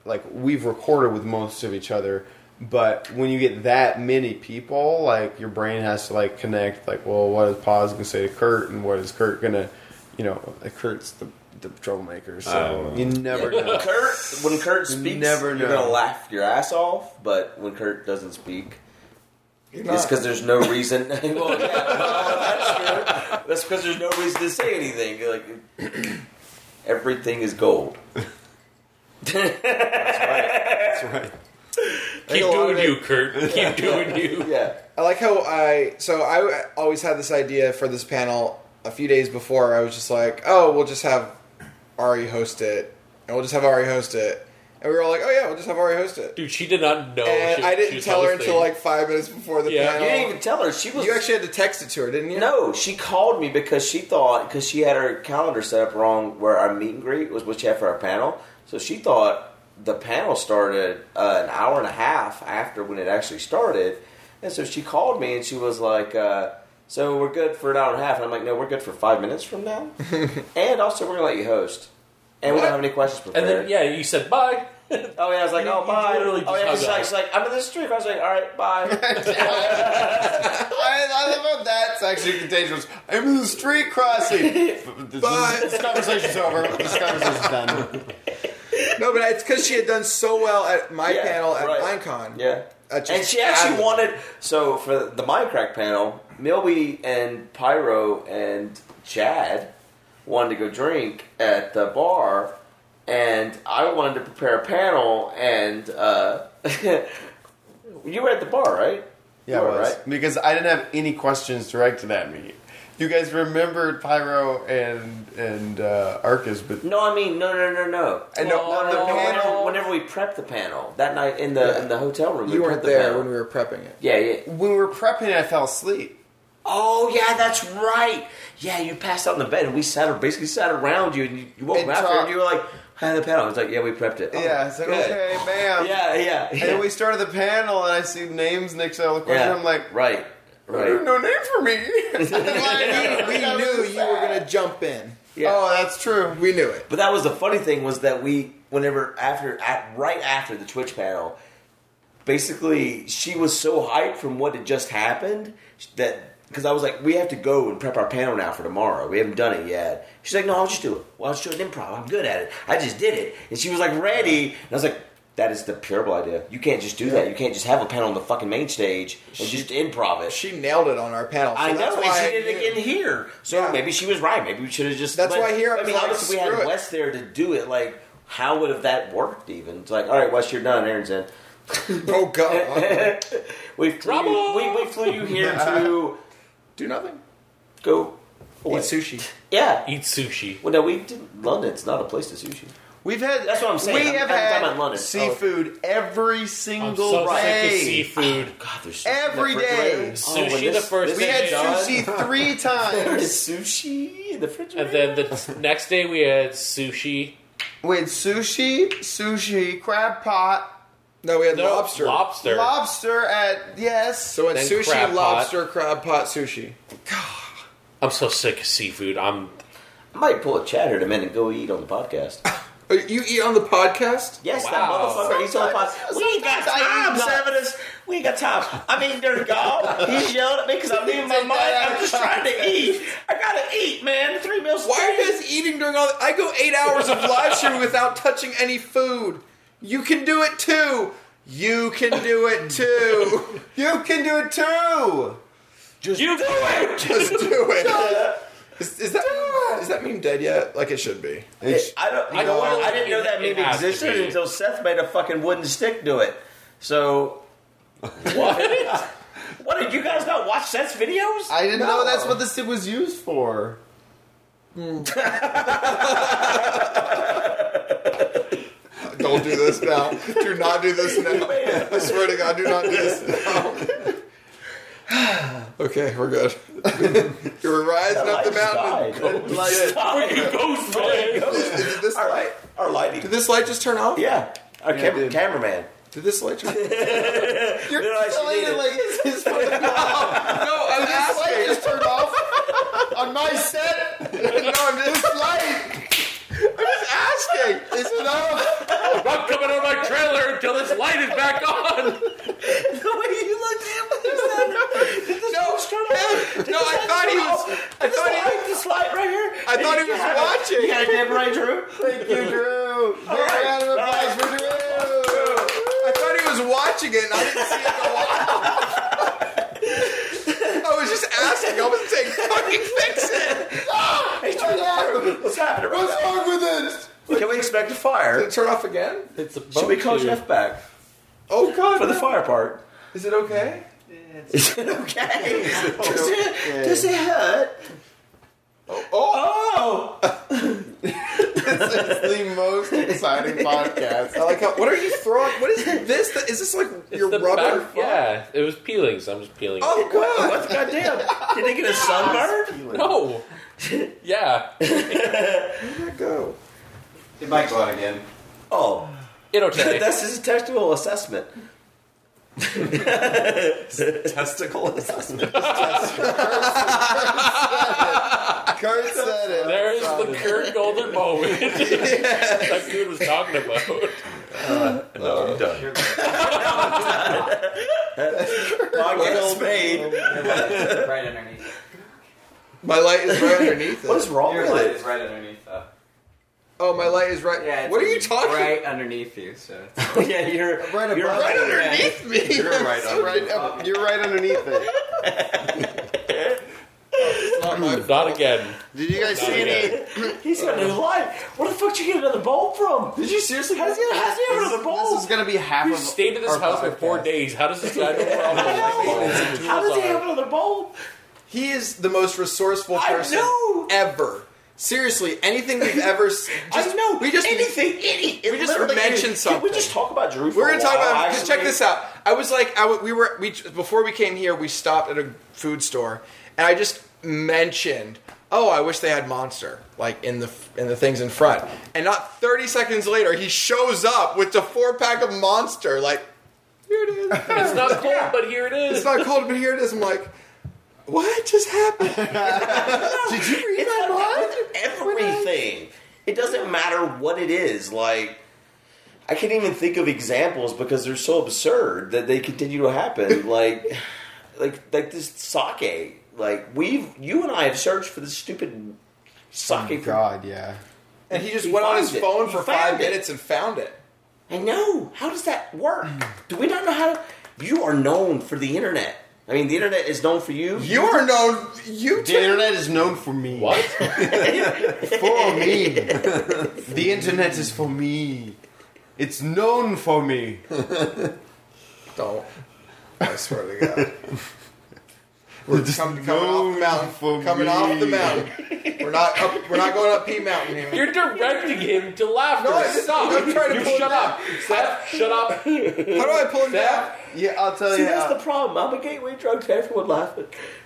[SPEAKER 1] like we've recorded with most of each other but when you get that many people like your brain has to like connect like well what is Paws gonna say to kurt and what is kurt gonna you know like, kurt's the, the troublemaker so you never know
[SPEAKER 3] Kurt, when Kurt
[SPEAKER 1] You
[SPEAKER 3] speaks,
[SPEAKER 1] never
[SPEAKER 3] you're
[SPEAKER 1] know.
[SPEAKER 3] gonna laugh your ass off. But when Kurt doesn't speak,
[SPEAKER 5] You're
[SPEAKER 3] It's
[SPEAKER 5] not-
[SPEAKER 3] because there's no reason. Uh. well, yeah, well, that's true. That's because there's no reason to say anything. Like everything is gold.
[SPEAKER 1] that's right
[SPEAKER 2] Keep
[SPEAKER 5] a lot
[SPEAKER 2] doing
[SPEAKER 5] of it-
[SPEAKER 2] you, Kurt. Keep doing you.
[SPEAKER 3] Yeah,
[SPEAKER 5] I like how I so I always had this idea for this panel a few days before. I was just like, oh, we'll just have Ari host it, and we'll just have Ari host it, and we were all like, oh yeah, we'll just have Ari host it.
[SPEAKER 2] Dude, she did not know.
[SPEAKER 5] and
[SPEAKER 2] Oh, she-
[SPEAKER 5] I
[SPEAKER 2] she
[SPEAKER 5] didn't
[SPEAKER 2] was
[SPEAKER 5] tell her
[SPEAKER 2] hosting.
[SPEAKER 5] until like five minutes before the
[SPEAKER 2] Yeah.
[SPEAKER 3] you didn't
[SPEAKER 5] panel.
[SPEAKER 3] even tell her. She was
[SPEAKER 5] you actually had to text it to her, didn't you?
[SPEAKER 3] no. She called me because she thought because she had her calendar set up wrong where our meet and greet was what she had for our panel. So she thought the panel started uh, an hour and a half after when it actually started, and so she called me and she was like. Uh, so we're good for an hour and a half, and I'm like, no, we're good for five minutes from now, and also we're gonna let you host, and we
[SPEAKER 5] What?
[SPEAKER 3] don't have any questions prepared.
[SPEAKER 2] and then yeah, you said bye.
[SPEAKER 3] Oh yeah, I was like,
[SPEAKER 2] You-
[SPEAKER 3] oh
[SPEAKER 2] you
[SPEAKER 3] bye.
[SPEAKER 2] literally
[SPEAKER 3] Oh
[SPEAKER 2] just
[SPEAKER 3] yeah, she's
[SPEAKER 2] hung up.
[SPEAKER 3] like, she's like, I'm in the street. I was like, all right, bye.
[SPEAKER 1] I, I love how that's actually contagious. I'm in the street crossing. This,
[SPEAKER 5] Bye.
[SPEAKER 1] this conversation's over. This conversation's done.
[SPEAKER 5] no, but it's because she had done so well at my
[SPEAKER 3] Yeah,
[SPEAKER 5] panel at
[SPEAKER 3] right.
[SPEAKER 5] Minecon.
[SPEAKER 3] Yeah.
[SPEAKER 5] That just
[SPEAKER 3] and she actually
[SPEAKER 5] added-
[SPEAKER 3] wanted so for the Minecraft panel, Milby and Pyro and Chad wanted to go drink at the bar, and I wanted to prepare a panel, and uh, you were at the bar, right?
[SPEAKER 1] Yeah,
[SPEAKER 3] You
[SPEAKER 1] it
[SPEAKER 3] were,
[SPEAKER 1] was. Because I didn't have any questions directed at me. You guys remembered Pyro and and uh, Arcus, but
[SPEAKER 3] No, I mean, no, no, no, no.
[SPEAKER 5] And no,
[SPEAKER 2] Oh,
[SPEAKER 5] on the
[SPEAKER 3] No,
[SPEAKER 5] panel,
[SPEAKER 3] whenever, whenever we prepped the panel that night in the
[SPEAKER 5] Yeah.
[SPEAKER 3] in the hotel room, we
[SPEAKER 5] you
[SPEAKER 3] prepped
[SPEAKER 5] weren't
[SPEAKER 3] the
[SPEAKER 5] there
[SPEAKER 3] panel.
[SPEAKER 5] when we were prepping it.
[SPEAKER 3] Yeah, yeah.
[SPEAKER 1] when we were prepping, it, I fell asleep.
[SPEAKER 3] Oh yeah, that's right. Yeah, you passed out in the bed, and we sat basically sat around you, and you, you woke
[SPEAKER 1] And
[SPEAKER 3] up after,
[SPEAKER 1] talked.
[SPEAKER 3] and you were like, hi, the panel. It's like, yeah, we prepped it. Oh,
[SPEAKER 1] Yeah, it's like,
[SPEAKER 3] good.
[SPEAKER 1] okay, bam.
[SPEAKER 3] Yeah, yeah. yeah.
[SPEAKER 1] And we started the panel, and I see names next to the question.
[SPEAKER 3] yeah.
[SPEAKER 1] I'm like,
[SPEAKER 3] right,
[SPEAKER 1] "There's
[SPEAKER 3] right.
[SPEAKER 1] no name for me. Like,
[SPEAKER 5] we
[SPEAKER 1] that
[SPEAKER 5] knew
[SPEAKER 1] was
[SPEAKER 5] you were
[SPEAKER 1] sad.
[SPEAKER 5] gonna jump in.
[SPEAKER 3] Yeah.
[SPEAKER 1] Oh, that's true.
[SPEAKER 5] We knew it.
[SPEAKER 3] But that was the funny thing was that we, whenever after, at, right after the Twitch panel, basically she was so hyped from what had just happened that because I was like, we have to go and prep our panel now for tomorrow. We haven't done it yet. She's like, no, I'll just do it. Well, I'll just do an improv. I'm good at it. I just did it, and she was like, ready. And I was like. That is the terrible idea. You can't just do that. You can't just have a panel on the fucking main stage and just improv it.
[SPEAKER 5] She nailed it on our panel. So
[SPEAKER 3] I
[SPEAKER 5] that's
[SPEAKER 3] know, and
[SPEAKER 5] why
[SPEAKER 3] she
[SPEAKER 5] I
[SPEAKER 3] did it
[SPEAKER 5] knew.
[SPEAKER 3] again here. So
[SPEAKER 5] Yeah.
[SPEAKER 3] maybe she was right. Maybe we should have just.
[SPEAKER 5] That's why here I was
[SPEAKER 3] mean,
[SPEAKER 5] like,
[SPEAKER 3] obviously we
[SPEAKER 5] screw
[SPEAKER 3] had
[SPEAKER 5] it.
[SPEAKER 3] Wes there to do it. Like, how would have that worked? Even it's like, all right, Wes, you're done. Aaron's in.
[SPEAKER 5] Oh god.
[SPEAKER 3] we flew you, we, we flew you here to
[SPEAKER 5] Do nothing.
[SPEAKER 3] go away.
[SPEAKER 5] Eat sushi.
[SPEAKER 3] Yeah.
[SPEAKER 2] Eat sushi.
[SPEAKER 3] Well, no, we didn't. London's not a place to sushi.
[SPEAKER 1] We've had.
[SPEAKER 3] That's what I'm saying.
[SPEAKER 1] We
[SPEAKER 3] I'm-
[SPEAKER 1] have
[SPEAKER 3] I'm
[SPEAKER 1] had
[SPEAKER 3] talking about London.
[SPEAKER 1] seafood
[SPEAKER 5] Oh.
[SPEAKER 1] every
[SPEAKER 2] I'm
[SPEAKER 1] single
[SPEAKER 2] so sick of
[SPEAKER 1] day.
[SPEAKER 2] seafood.
[SPEAKER 3] God, there's sushi
[SPEAKER 1] Every
[SPEAKER 3] in the refrigerator.
[SPEAKER 1] day.
[SPEAKER 3] Oh, when
[SPEAKER 2] Sushi
[SPEAKER 3] this-
[SPEAKER 2] the first
[SPEAKER 3] this
[SPEAKER 1] We
[SPEAKER 2] day.
[SPEAKER 1] had
[SPEAKER 3] is done,
[SPEAKER 1] sushi three
[SPEAKER 3] There
[SPEAKER 1] times.
[SPEAKER 3] is sushi in the fridge.
[SPEAKER 2] And then the next day we had sushi.
[SPEAKER 1] We had sushi, sushi, crab pot,
[SPEAKER 5] No, we had
[SPEAKER 2] No,
[SPEAKER 5] lobster.
[SPEAKER 2] Lobster.
[SPEAKER 1] lobster at yes.
[SPEAKER 5] So it's
[SPEAKER 2] Then
[SPEAKER 5] sushi,
[SPEAKER 2] crab pot.
[SPEAKER 5] lobster, crab pot, sushi.
[SPEAKER 2] I'm so sick of seafood. I'm
[SPEAKER 3] I might pull a chatter to men and go eat on the podcast.
[SPEAKER 5] Uh, You eat on the podcast?
[SPEAKER 3] Yes,
[SPEAKER 2] Wow.
[SPEAKER 3] that motherfucker. He's on the podcast. We ain't got
[SPEAKER 1] Sometimes I
[SPEAKER 3] time,
[SPEAKER 1] eat nuts.
[SPEAKER 3] Savitas. We ain't got time. I'm eating dirt, y'all. He's yelling at me because I'm leaving my
[SPEAKER 1] Take
[SPEAKER 3] mind.
[SPEAKER 1] that
[SPEAKER 3] I'm just
[SPEAKER 1] out.
[SPEAKER 3] trying to eat. I gotta eat, man. Three meals. a
[SPEAKER 5] Why are
[SPEAKER 3] day.
[SPEAKER 5] you guys eating during all? The- I go eight hours of live stream without touching any food. You can do it too. You can do it too.
[SPEAKER 1] You can do it too.
[SPEAKER 2] you do it.
[SPEAKER 5] Just do it. Is, is that does that mean dead yet? Like it should be.
[SPEAKER 3] I don't. I,
[SPEAKER 2] I don't
[SPEAKER 3] don't
[SPEAKER 2] know.
[SPEAKER 3] I didn't know that
[SPEAKER 2] It
[SPEAKER 3] meme
[SPEAKER 2] has to
[SPEAKER 3] existed
[SPEAKER 2] be.
[SPEAKER 3] until Seth made a fucking wooden stick do it. So what? what did you guys not watch Seth's videos?
[SPEAKER 1] I didn't
[SPEAKER 3] No.
[SPEAKER 1] know that's what the stick was used for.
[SPEAKER 5] Hmm. Don't do this now. Do not do this now. I swear to God, do not do this now. Okay, we're good. you were rising up the
[SPEAKER 3] Lights
[SPEAKER 5] mountain.
[SPEAKER 3] died. Lights died.
[SPEAKER 2] Ghost man.
[SPEAKER 5] Did this,
[SPEAKER 3] Our light. Our
[SPEAKER 5] did
[SPEAKER 3] lighting.
[SPEAKER 5] this light just turn off?
[SPEAKER 3] Yeah. Our
[SPEAKER 1] it
[SPEAKER 3] cam-
[SPEAKER 1] did.
[SPEAKER 3] cameraman.
[SPEAKER 5] Did this light turn? off?
[SPEAKER 1] You're
[SPEAKER 3] No, I
[SPEAKER 1] telling
[SPEAKER 3] should
[SPEAKER 1] it
[SPEAKER 3] eat
[SPEAKER 1] like it's his fucking mouth.
[SPEAKER 5] No, I'm
[SPEAKER 1] This light
[SPEAKER 5] asking.
[SPEAKER 1] just turned off on my set. No, I'm just light.
[SPEAKER 5] Asking.
[SPEAKER 1] It's enough.
[SPEAKER 2] I'm coming on my trailer until this light is back on.
[SPEAKER 3] The way you looked at him when you said that. Did this
[SPEAKER 5] No,
[SPEAKER 3] light turn off? Did
[SPEAKER 5] no,
[SPEAKER 3] this
[SPEAKER 5] I
[SPEAKER 3] light
[SPEAKER 5] thought he
[SPEAKER 3] turn
[SPEAKER 5] was-
[SPEAKER 3] off?
[SPEAKER 5] I
[SPEAKER 3] Did this
[SPEAKER 5] thought he
[SPEAKER 3] light- this light right here.
[SPEAKER 5] I thought he was watching.
[SPEAKER 3] You had a damn right, Drew.
[SPEAKER 1] Thank you, Drew. Give a round of applause for Drew.
[SPEAKER 5] I thought he was watching it, and I didn't see it go off. I was just asking. I wasn't saying fucking fix it.
[SPEAKER 1] Ah,
[SPEAKER 3] Hey, Drew, what's happening right
[SPEAKER 5] What's wrong with
[SPEAKER 3] now? Can we expect a fire?
[SPEAKER 5] it? Turn off again.
[SPEAKER 2] It's a
[SPEAKER 3] Should we call Jeff back
[SPEAKER 5] Oh God!
[SPEAKER 3] for the
[SPEAKER 5] no.
[SPEAKER 3] fire part?
[SPEAKER 5] Is it okay?
[SPEAKER 3] Is it okay? Does it, does it hurt?
[SPEAKER 5] Oh,
[SPEAKER 3] Oh!
[SPEAKER 1] This is the most exciting podcast.
[SPEAKER 5] I like how. What are you throwing? What is this? That- Is this like your
[SPEAKER 2] the
[SPEAKER 5] rubber?
[SPEAKER 2] back- yeah, it was peelings. I'm just peeling.
[SPEAKER 5] Oh God!
[SPEAKER 3] What's goddamn? Did they get a sunburn?
[SPEAKER 2] no. yeah,
[SPEAKER 5] Where'd that go?
[SPEAKER 1] It might go out again.
[SPEAKER 3] Oh,
[SPEAKER 2] it'll take.
[SPEAKER 3] that's his testicle assessment. testicle assessment.
[SPEAKER 1] Kurt said it.
[SPEAKER 2] There's the Kurt Golden moment that dude was talking about.
[SPEAKER 3] No, I'm done. Podcast made.
[SPEAKER 7] right underneath.
[SPEAKER 5] My light is right underneath
[SPEAKER 3] What
[SPEAKER 5] it.
[SPEAKER 3] is wrong
[SPEAKER 7] Your
[SPEAKER 3] with
[SPEAKER 7] light
[SPEAKER 3] it?
[SPEAKER 7] is right underneath. Uh,
[SPEAKER 5] Oh, my light is right.
[SPEAKER 7] yeah. it's
[SPEAKER 5] what are you talking?
[SPEAKER 7] Right underneath you. So it's
[SPEAKER 3] yeah, you're
[SPEAKER 1] Right
[SPEAKER 3] you're
[SPEAKER 1] above
[SPEAKER 5] Right
[SPEAKER 1] it.
[SPEAKER 5] underneath me.
[SPEAKER 3] You're right
[SPEAKER 5] So-
[SPEAKER 3] under-
[SPEAKER 1] Right up, you're right underneath it.
[SPEAKER 2] Not again.
[SPEAKER 1] Did you guys see any?
[SPEAKER 3] He's got a new light. Where the fuck did you get another bulb from?
[SPEAKER 1] Did you seriously?
[SPEAKER 3] How does he, how does he have another
[SPEAKER 1] This is
[SPEAKER 3] bulb?
[SPEAKER 1] gonna be half
[SPEAKER 2] You
[SPEAKER 1] of.
[SPEAKER 2] stayed in this
[SPEAKER 1] our
[SPEAKER 2] house for four
[SPEAKER 1] podcast.
[SPEAKER 2] days. How does this guy know where all
[SPEAKER 3] I
[SPEAKER 2] the
[SPEAKER 3] know. How does he have
[SPEAKER 2] tools
[SPEAKER 3] another bulb?
[SPEAKER 5] He is the most resourceful
[SPEAKER 3] I
[SPEAKER 5] person
[SPEAKER 3] know.
[SPEAKER 5] ever. Seriously, anything we've ever s- just,
[SPEAKER 3] I know.
[SPEAKER 5] We just
[SPEAKER 3] anything. Any,
[SPEAKER 5] we just
[SPEAKER 3] literally
[SPEAKER 5] mentioned
[SPEAKER 3] anything. Can we
[SPEAKER 5] something.
[SPEAKER 3] just talk about Drew? For
[SPEAKER 5] We're
[SPEAKER 3] a
[SPEAKER 5] gonna talk
[SPEAKER 3] while,
[SPEAKER 5] about. Just check
[SPEAKER 3] actually?
[SPEAKER 5] this out. I was like, I w- we were we before we came here. We stopped at a food store, and I just mentioned "Oh, I wish they had Monster like in the in the things in front." And not 30 seconds later, he shows up with the four pack of Monster. Like here it is.
[SPEAKER 2] It's not cold, but here it is.
[SPEAKER 5] It's not cold, but here it is. I'm like, what just happened?
[SPEAKER 3] Did you read that one? Everything. It doesn't matter what it is. Like, I can't even think of examples because they're so absurd that they continue to happen. like, like, like this sake. Like we've, you and I have searched for this stupid sake. for-
[SPEAKER 1] God, yeah.
[SPEAKER 5] And he just
[SPEAKER 3] He
[SPEAKER 5] went on
[SPEAKER 3] found
[SPEAKER 5] his
[SPEAKER 3] it.
[SPEAKER 5] phone
[SPEAKER 3] He
[SPEAKER 5] for
[SPEAKER 3] found
[SPEAKER 5] five
[SPEAKER 3] it.
[SPEAKER 5] minutes and found it.
[SPEAKER 3] I know. How does that work? Do we not know how to? You are known for the internet. I mean, the internet is known for you.
[SPEAKER 5] You are known. You
[SPEAKER 1] The
[SPEAKER 5] did.
[SPEAKER 1] internet is known for me.
[SPEAKER 2] What?
[SPEAKER 1] For me. the internet is for me. It's known for me.
[SPEAKER 5] Don't. I swear to God.
[SPEAKER 1] We're just
[SPEAKER 5] Come, coming off the mountain. coming off the mountain. We're not up. We're not going up P Mountain here.
[SPEAKER 2] You're directing him to laughter.
[SPEAKER 5] No, I didn't.
[SPEAKER 2] Stop.
[SPEAKER 5] I'm trying to
[SPEAKER 2] you
[SPEAKER 5] pull it
[SPEAKER 2] shut
[SPEAKER 5] down.
[SPEAKER 2] up. Seth, shut up.
[SPEAKER 5] How do I pull it down?
[SPEAKER 2] Seth,
[SPEAKER 1] Yeah, I'll tell
[SPEAKER 3] See,
[SPEAKER 1] you.
[SPEAKER 3] that's
[SPEAKER 1] how-
[SPEAKER 3] the problem. I'm a gateway drug to everyone laughing.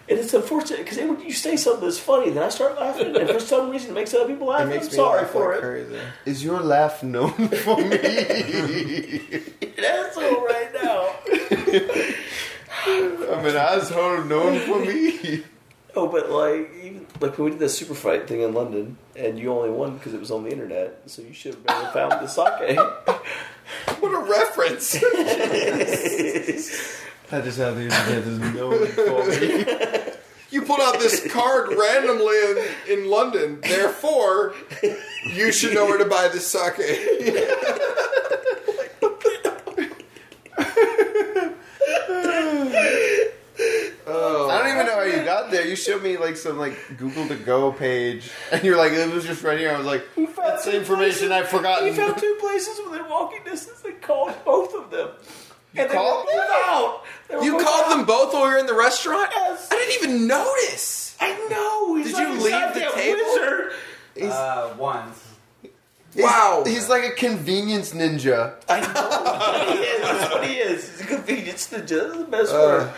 [SPEAKER 3] And it's unfortunate because when you say something that's funny, then I start laughing. And for some reason, it makes other people laugh.
[SPEAKER 5] It makes
[SPEAKER 3] I'm
[SPEAKER 5] me
[SPEAKER 3] sorry
[SPEAKER 5] laugh
[SPEAKER 3] for
[SPEAKER 5] like
[SPEAKER 3] it.
[SPEAKER 5] crazy.
[SPEAKER 1] Is your laugh known for me?
[SPEAKER 3] An asshole right now.
[SPEAKER 1] I'm an asshole known for me.
[SPEAKER 3] Oh, but like, even, like when we did the super fight thing in London, and you only won because it was on the internet, so you should have been able to found the sake.
[SPEAKER 5] What a reference!
[SPEAKER 1] That is how the internet is known for me.
[SPEAKER 5] you pulled out this card randomly in, in London. Therefore, you should know where to buy this sake.
[SPEAKER 1] I don't even know how you got there. You showed me like some like Google to go page, and you're like, it was just right here. I was like,
[SPEAKER 3] found
[SPEAKER 1] that's
[SPEAKER 3] two
[SPEAKER 1] information I've
[SPEAKER 3] We
[SPEAKER 1] forgotten.
[SPEAKER 3] found two places within walking distance and called both of them. and
[SPEAKER 1] called
[SPEAKER 3] they were
[SPEAKER 1] them?
[SPEAKER 3] both out. They were
[SPEAKER 5] You
[SPEAKER 3] both
[SPEAKER 5] called
[SPEAKER 3] out.
[SPEAKER 5] them both while we were in the restaurant.
[SPEAKER 3] Yes.
[SPEAKER 5] I didn't even notice.
[SPEAKER 3] I know. He's
[SPEAKER 5] Did
[SPEAKER 3] like
[SPEAKER 5] you
[SPEAKER 3] a
[SPEAKER 5] leave the
[SPEAKER 3] goddamn
[SPEAKER 5] table?
[SPEAKER 3] Wizard.
[SPEAKER 8] Uh, once.
[SPEAKER 5] Wow.
[SPEAKER 1] He's like a convenience ninja.
[SPEAKER 3] I know. he is. That's what he is. He's a convenience ninja. That's the best
[SPEAKER 5] Uh,
[SPEAKER 3] word.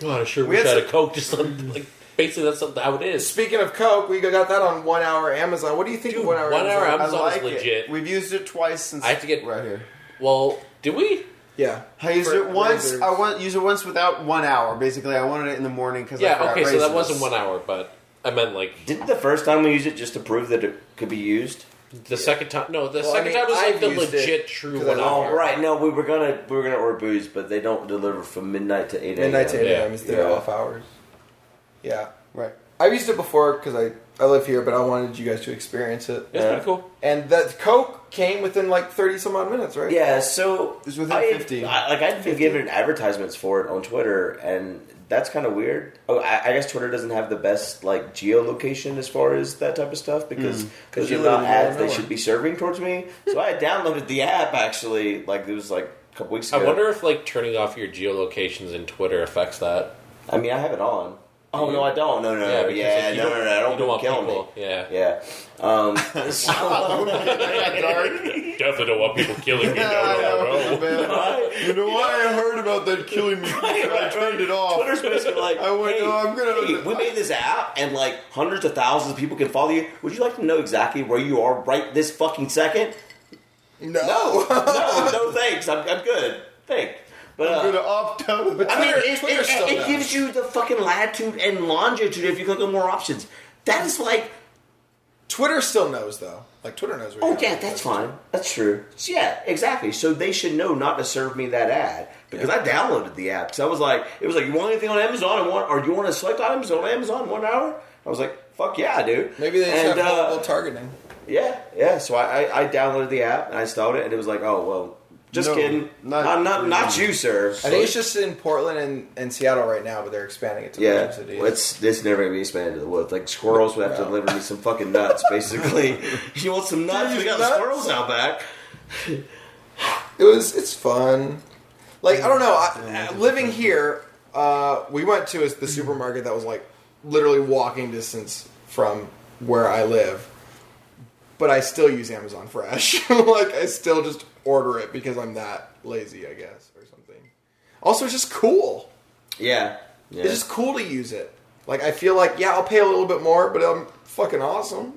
[SPEAKER 2] God, I sure
[SPEAKER 5] We
[SPEAKER 2] wish I
[SPEAKER 5] had
[SPEAKER 2] had a Coke. Just something like basically that's something how it is.
[SPEAKER 5] Speaking of Coke, we got that on one hour Amazon. What do you think of
[SPEAKER 2] Dude,
[SPEAKER 5] one hour
[SPEAKER 2] One
[SPEAKER 5] Amazon?
[SPEAKER 2] Hour Amazon
[SPEAKER 1] I like
[SPEAKER 2] is legit.
[SPEAKER 1] it. We've used it twice since.
[SPEAKER 2] I have to get-
[SPEAKER 1] right here.
[SPEAKER 2] Well, do we?
[SPEAKER 5] yeah.
[SPEAKER 1] I used
[SPEAKER 5] For-
[SPEAKER 1] it once.
[SPEAKER 5] for-
[SPEAKER 1] I want used it once without one hour. Basically, I wanted it in the morning because I
[SPEAKER 2] Yeah.
[SPEAKER 1] forgot
[SPEAKER 2] Okay, so that
[SPEAKER 1] raisins.
[SPEAKER 2] wasn't one hour, but I meant like
[SPEAKER 3] Didn't the first time we use it just to prove that it could be used?
[SPEAKER 2] the second time. No, the
[SPEAKER 5] Well, I
[SPEAKER 2] second
[SPEAKER 5] mean,
[SPEAKER 2] time was like
[SPEAKER 5] I've
[SPEAKER 2] the
[SPEAKER 5] used
[SPEAKER 2] legit
[SPEAKER 5] it
[SPEAKER 2] true
[SPEAKER 5] 'cause I
[SPEAKER 2] one
[SPEAKER 5] know.
[SPEAKER 2] hour.
[SPEAKER 3] Oh, right. No, we were gonna we were gonna order booze, but they don't deliver from midnight to eight a.m.
[SPEAKER 5] Midnight to 8
[SPEAKER 2] Yeah.
[SPEAKER 5] a.m. is their
[SPEAKER 3] Yeah.
[SPEAKER 5] off hours. Yeah.
[SPEAKER 1] Right.
[SPEAKER 5] I've used it before because I, I live here, but I wanted you guys to experience it.
[SPEAKER 2] That's pretty cool.
[SPEAKER 5] And that Coke came within like 30 some odd minutes, right?
[SPEAKER 3] Yeah, so
[SPEAKER 1] It's within
[SPEAKER 3] I,
[SPEAKER 1] 50.
[SPEAKER 3] I, like I've been given advertisements for it on Twitter, and that's kind of weird. Oh, I, I guess Twitter doesn't have the best like geolocation as far as that type of stuff because because
[SPEAKER 5] you
[SPEAKER 3] you're
[SPEAKER 5] live
[SPEAKER 3] not
[SPEAKER 5] in the middle
[SPEAKER 3] ads
[SPEAKER 5] of
[SPEAKER 3] they
[SPEAKER 5] nowhere.
[SPEAKER 3] should be serving towards me. So I downloaded the app actually. Like it was like a couple weeks
[SPEAKER 2] I
[SPEAKER 3] ago.
[SPEAKER 2] wonder if like turning off your geolocations in Twitter affects that.
[SPEAKER 3] I mean, I have it on. Oh no, I don't. No, no,
[SPEAKER 2] Yeah,
[SPEAKER 3] no.
[SPEAKER 2] because,
[SPEAKER 3] yeah,
[SPEAKER 2] like, you
[SPEAKER 3] no,
[SPEAKER 2] don't-
[SPEAKER 3] no, no. I
[SPEAKER 2] you
[SPEAKER 3] don't,
[SPEAKER 2] don't want
[SPEAKER 3] kill
[SPEAKER 2] people-
[SPEAKER 3] me.
[SPEAKER 2] yeah.
[SPEAKER 3] yeah. Um, so-
[SPEAKER 2] Definitely don't want people killing me.
[SPEAKER 1] You know why I heard about that killing me? I turned it off.
[SPEAKER 3] Twitter's basically like,
[SPEAKER 1] I went,
[SPEAKER 3] hey,
[SPEAKER 1] "No, I'm gonna-
[SPEAKER 3] hey, we made this app, and like hundreds of thousands of people can follow you. Would you like to know exactly where you are right this fucking second? Oh.
[SPEAKER 5] No.
[SPEAKER 3] No, no, thanks. I'm, I'm good. Thanks. But uh,
[SPEAKER 1] I'm gonna opt out.
[SPEAKER 3] I mean,
[SPEAKER 5] Twitter-
[SPEAKER 3] it, it,
[SPEAKER 5] Twitter's still
[SPEAKER 3] it,
[SPEAKER 5] down.
[SPEAKER 3] gives you the fucking latitude and longitude if you click on more options. That is like,
[SPEAKER 5] Twitter still knows, though. Like, Twitter knows where
[SPEAKER 3] oh
[SPEAKER 5] you
[SPEAKER 3] yeah, that's fine. That's true. So, yeah, exactly. So they should know not to serve me that ad because I downloaded the app. So I was like, it was like, you want anything on Amazon? I want, or you want to select items on Amazon in one hour? I was like, fuck yeah, I do.
[SPEAKER 5] Maybe they just
[SPEAKER 3] And,
[SPEAKER 5] have
[SPEAKER 3] uh,
[SPEAKER 5] multiple targeting.
[SPEAKER 3] Yeah, yeah. So I, I, I downloaded the app and I installed it, and it was like, oh well, just
[SPEAKER 1] No,
[SPEAKER 3] kidding.
[SPEAKER 1] not
[SPEAKER 3] Not, not, not,
[SPEAKER 1] really.
[SPEAKER 3] you, sir.
[SPEAKER 5] I think it's just in Portland and, and Seattle right now, but they're expanding it to
[SPEAKER 3] yeah,
[SPEAKER 5] other cities.
[SPEAKER 3] well, it's it's never gonna be expanded to the woods. Like squirrels would have to deliver me some fucking nuts, basically. you want some nuts? We got
[SPEAKER 5] Nuts?
[SPEAKER 3] squirrels out back.
[SPEAKER 5] it was it's fun like i don't know I, I- living here uh, we went to the supermarket that was like literally walking distance from where i live but i still use amazon fresh like i still just order it because i'm that lazy i guess or something also it's just cool
[SPEAKER 3] Yeah, yeah.
[SPEAKER 5] it's just cool to use it Like I feel like yeah, I'll pay a little bit more, but I'm fucking awesome.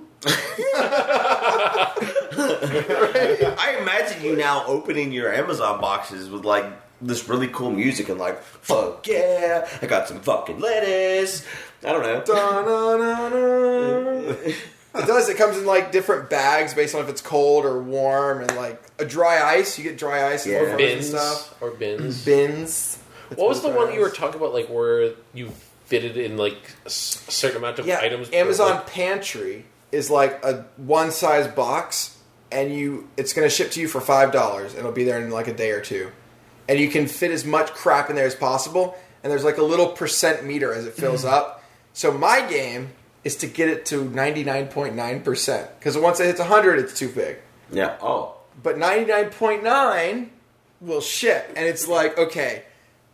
[SPEAKER 3] I imagine you now opening your Amazon boxes with like this really cool music and like fuck yeah, I got some fucking lettuce. I don't know.
[SPEAKER 5] Da-na-na-na. It does. It comes in like different bags based on if it's cold or warm, and like a dry ice. You get dry ice
[SPEAKER 3] Yeah.
[SPEAKER 5] yeah. and
[SPEAKER 2] bins
[SPEAKER 5] stuff.
[SPEAKER 2] or bins.
[SPEAKER 5] Bins. It's
[SPEAKER 2] What was the
[SPEAKER 5] dry
[SPEAKER 2] one you were
[SPEAKER 5] ice.
[SPEAKER 2] talking about? Like where you fitted in like a s- a certain amount of
[SPEAKER 5] yeah,
[SPEAKER 2] items. but,
[SPEAKER 5] Amazon
[SPEAKER 2] like-
[SPEAKER 5] Pantry is like a one size box, and you it's going to ship to you for five dollars, and it'll be there in like a day or two, and you can fit as much crap in there as possible. And there's like a little percent meter as it fills up. So my game is to get it to ninety nine point nine percent because once it hits hundred, it's too big.
[SPEAKER 3] Yeah. Oh.
[SPEAKER 5] But ninety nine point nine will ship, and it's like okay,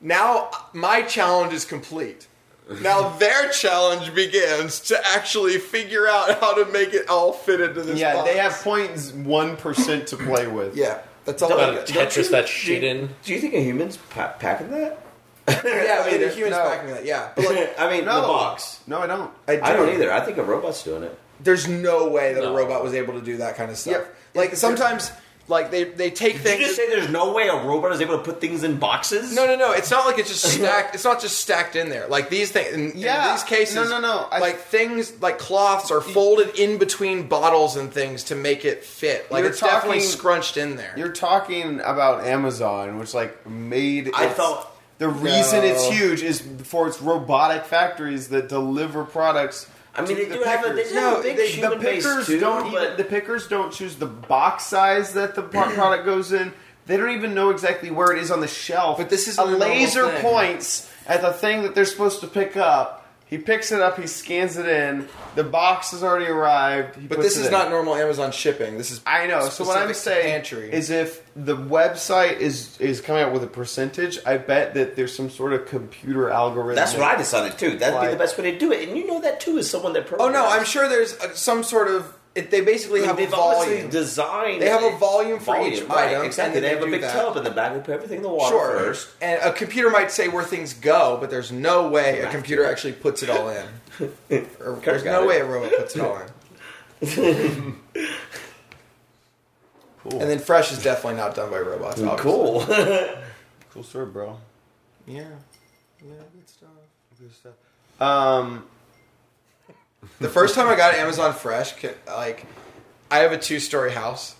[SPEAKER 5] now my challenge is complete. Now their challenge begins to actually figure out how to make it all fit into this.
[SPEAKER 1] Yeah,
[SPEAKER 5] box.
[SPEAKER 1] they have points one percent to play with.
[SPEAKER 5] Yeah, that's all.
[SPEAKER 2] Gotta
[SPEAKER 5] they get.
[SPEAKER 2] Tetris that shit in.
[SPEAKER 3] Do you think a human's pa- packing that?
[SPEAKER 5] Yeah, I mean, the
[SPEAKER 1] either.
[SPEAKER 5] humans
[SPEAKER 1] No.
[SPEAKER 5] packing that. Yeah, but like,
[SPEAKER 3] I mean,
[SPEAKER 1] No.
[SPEAKER 3] the box.
[SPEAKER 1] No, I don't.
[SPEAKER 3] I don't either. I think a robot's doing it.
[SPEAKER 5] There's no way that
[SPEAKER 2] No.
[SPEAKER 5] a robot was able to do that kind of stuff.
[SPEAKER 1] Yep.
[SPEAKER 5] Like sometimes, like they they take
[SPEAKER 3] Did you
[SPEAKER 5] things.
[SPEAKER 3] just say there's no way a robot is able to put things in boxes?
[SPEAKER 5] No, no, no. It's not like it's just stacked. It's not just stacked in there. Like these things. In,
[SPEAKER 1] Yeah.
[SPEAKER 5] in these cases,
[SPEAKER 1] No, no, no. I-
[SPEAKER 5] like things, like cloths are folded in between bottles and things to make it fit. Like
[SPEAKER 1] You're
[SPEAKER 5] it's definitely
[SPEAKER 1] talking-
[SPEAKER 5] scrunched in there.
[SPEAKER 1] You're talking about Amazon, which like made.
[SPEAKER 3] I
[SPEAKER 1] its-
[SPEAKER 3] thought-
[SPEAKER 1] the reason it's
[SPEAKER 5] No.
[SPEAKER 1] huge is for its robotic factories that deliver products.
[SPEAKER 3] I mean,
[SPEAKER 1] to
[SPEAKER 3] they
[SPEAKER 1] the
[SPEAKER 3] do have a, they
[SPEAKER 1] pickers.
[SPEAKER 3] do have
[SPEAKER 5] No,
[SPEAKER 3] a big
[SPEAKER 5] they- the
[SPEAKER 1] the
[SPEAKER 3] human base
[SPEAKER 1] pickers
[SPEAKER 3] too,
[SPEAKER 1] don't
[SPEAKER 3] but-
[SPEAKER 1] even the pickers don't choose the box size that the pro- product goes in. They don't even know exactly where it is on the shelf.
[SPEAKER 5] But this is
[SPEAKER 1] a
[SPEAKER 5] a normal
[SPEAKER 1] laser
[SPEAKER 5] thing.
[SPEAKER 1] points at the thing that they're supposed to pick up. He picks it up. He scans it in. The box has already arrived. he
[SPEAKER 5] but
[SPEAKER 1] puts
[SPEAKER 5] this
[SPEAKER 1] it
[SPEAKER 5] is
[SPEAKER 1] in.
[SPEAKER 5] not normal Amazon shipping. This is
[SPEAKER 1] I know. So what I'm
[SPEAKER 5] specific to
[SPEAKER 1] saying
[SPEAKER 5] pantry.
[SPEAKER 1] is, if the website is is coming out with a percentage, I bet that there's some sort of computer algorithm.
[SPEAKER 3] That's what I decided too. That'd
[SPEAKER 1] Why?
[SPEAKER 3] be the best way to do it, and you know that too is someone that.
[SPEAKER 5] Oh
[SPEAKER 3] Programs.
[SPEAKER 5] no, I'm sure there's uh, some sort of. It, they basically
[SPEAKER 3] They
[SPEAKER 5] have
[SPEAKER 3] have
[SPEAKER 5] a
[SPEAKER 3] obviously
[SPEAKER 5] volume.
[SPEAKER 3] designed.
[SPEAKER 5] They have a volume for each
[SPEAKER 3] right,
[SPEAKER 5] item, and
[SPEAKER 3] Exactly.
[SPEAKER 5] then
[SPEAKER 3] They,
[SPEAKER 5] they
[SPEAKER 3] have a
[SPEAKER 5] do
[SPEAKER 3] big
[SPEAKER 5] that.
[SPEAKER 3] tub in the back. They put everything in the water
[SPEAKER 5] Sure.
[SPEAKER 3] first.
[SPEAKER 5] And a computer might say where things go, but there's no way a computer actually puts it all in. Or there's
[SPEAKER 3] got
[SPEAKER 5] no
[SPEAKER 3] it.
[SPEAKER 5] way a robot puts it all in. And then Fresh is definitely not done by robots. obviously.
[SPEAKER 3] Cool.
[SPEAKER 1] Cool story, bro.
[SPEAKER 5] Yeah. Yeah, good stuff.
[SPEAKER 1] Good stuff. Um,
[SPEAKER 5] The first time I got Amazon Fresh, ca- like, I have a two story house.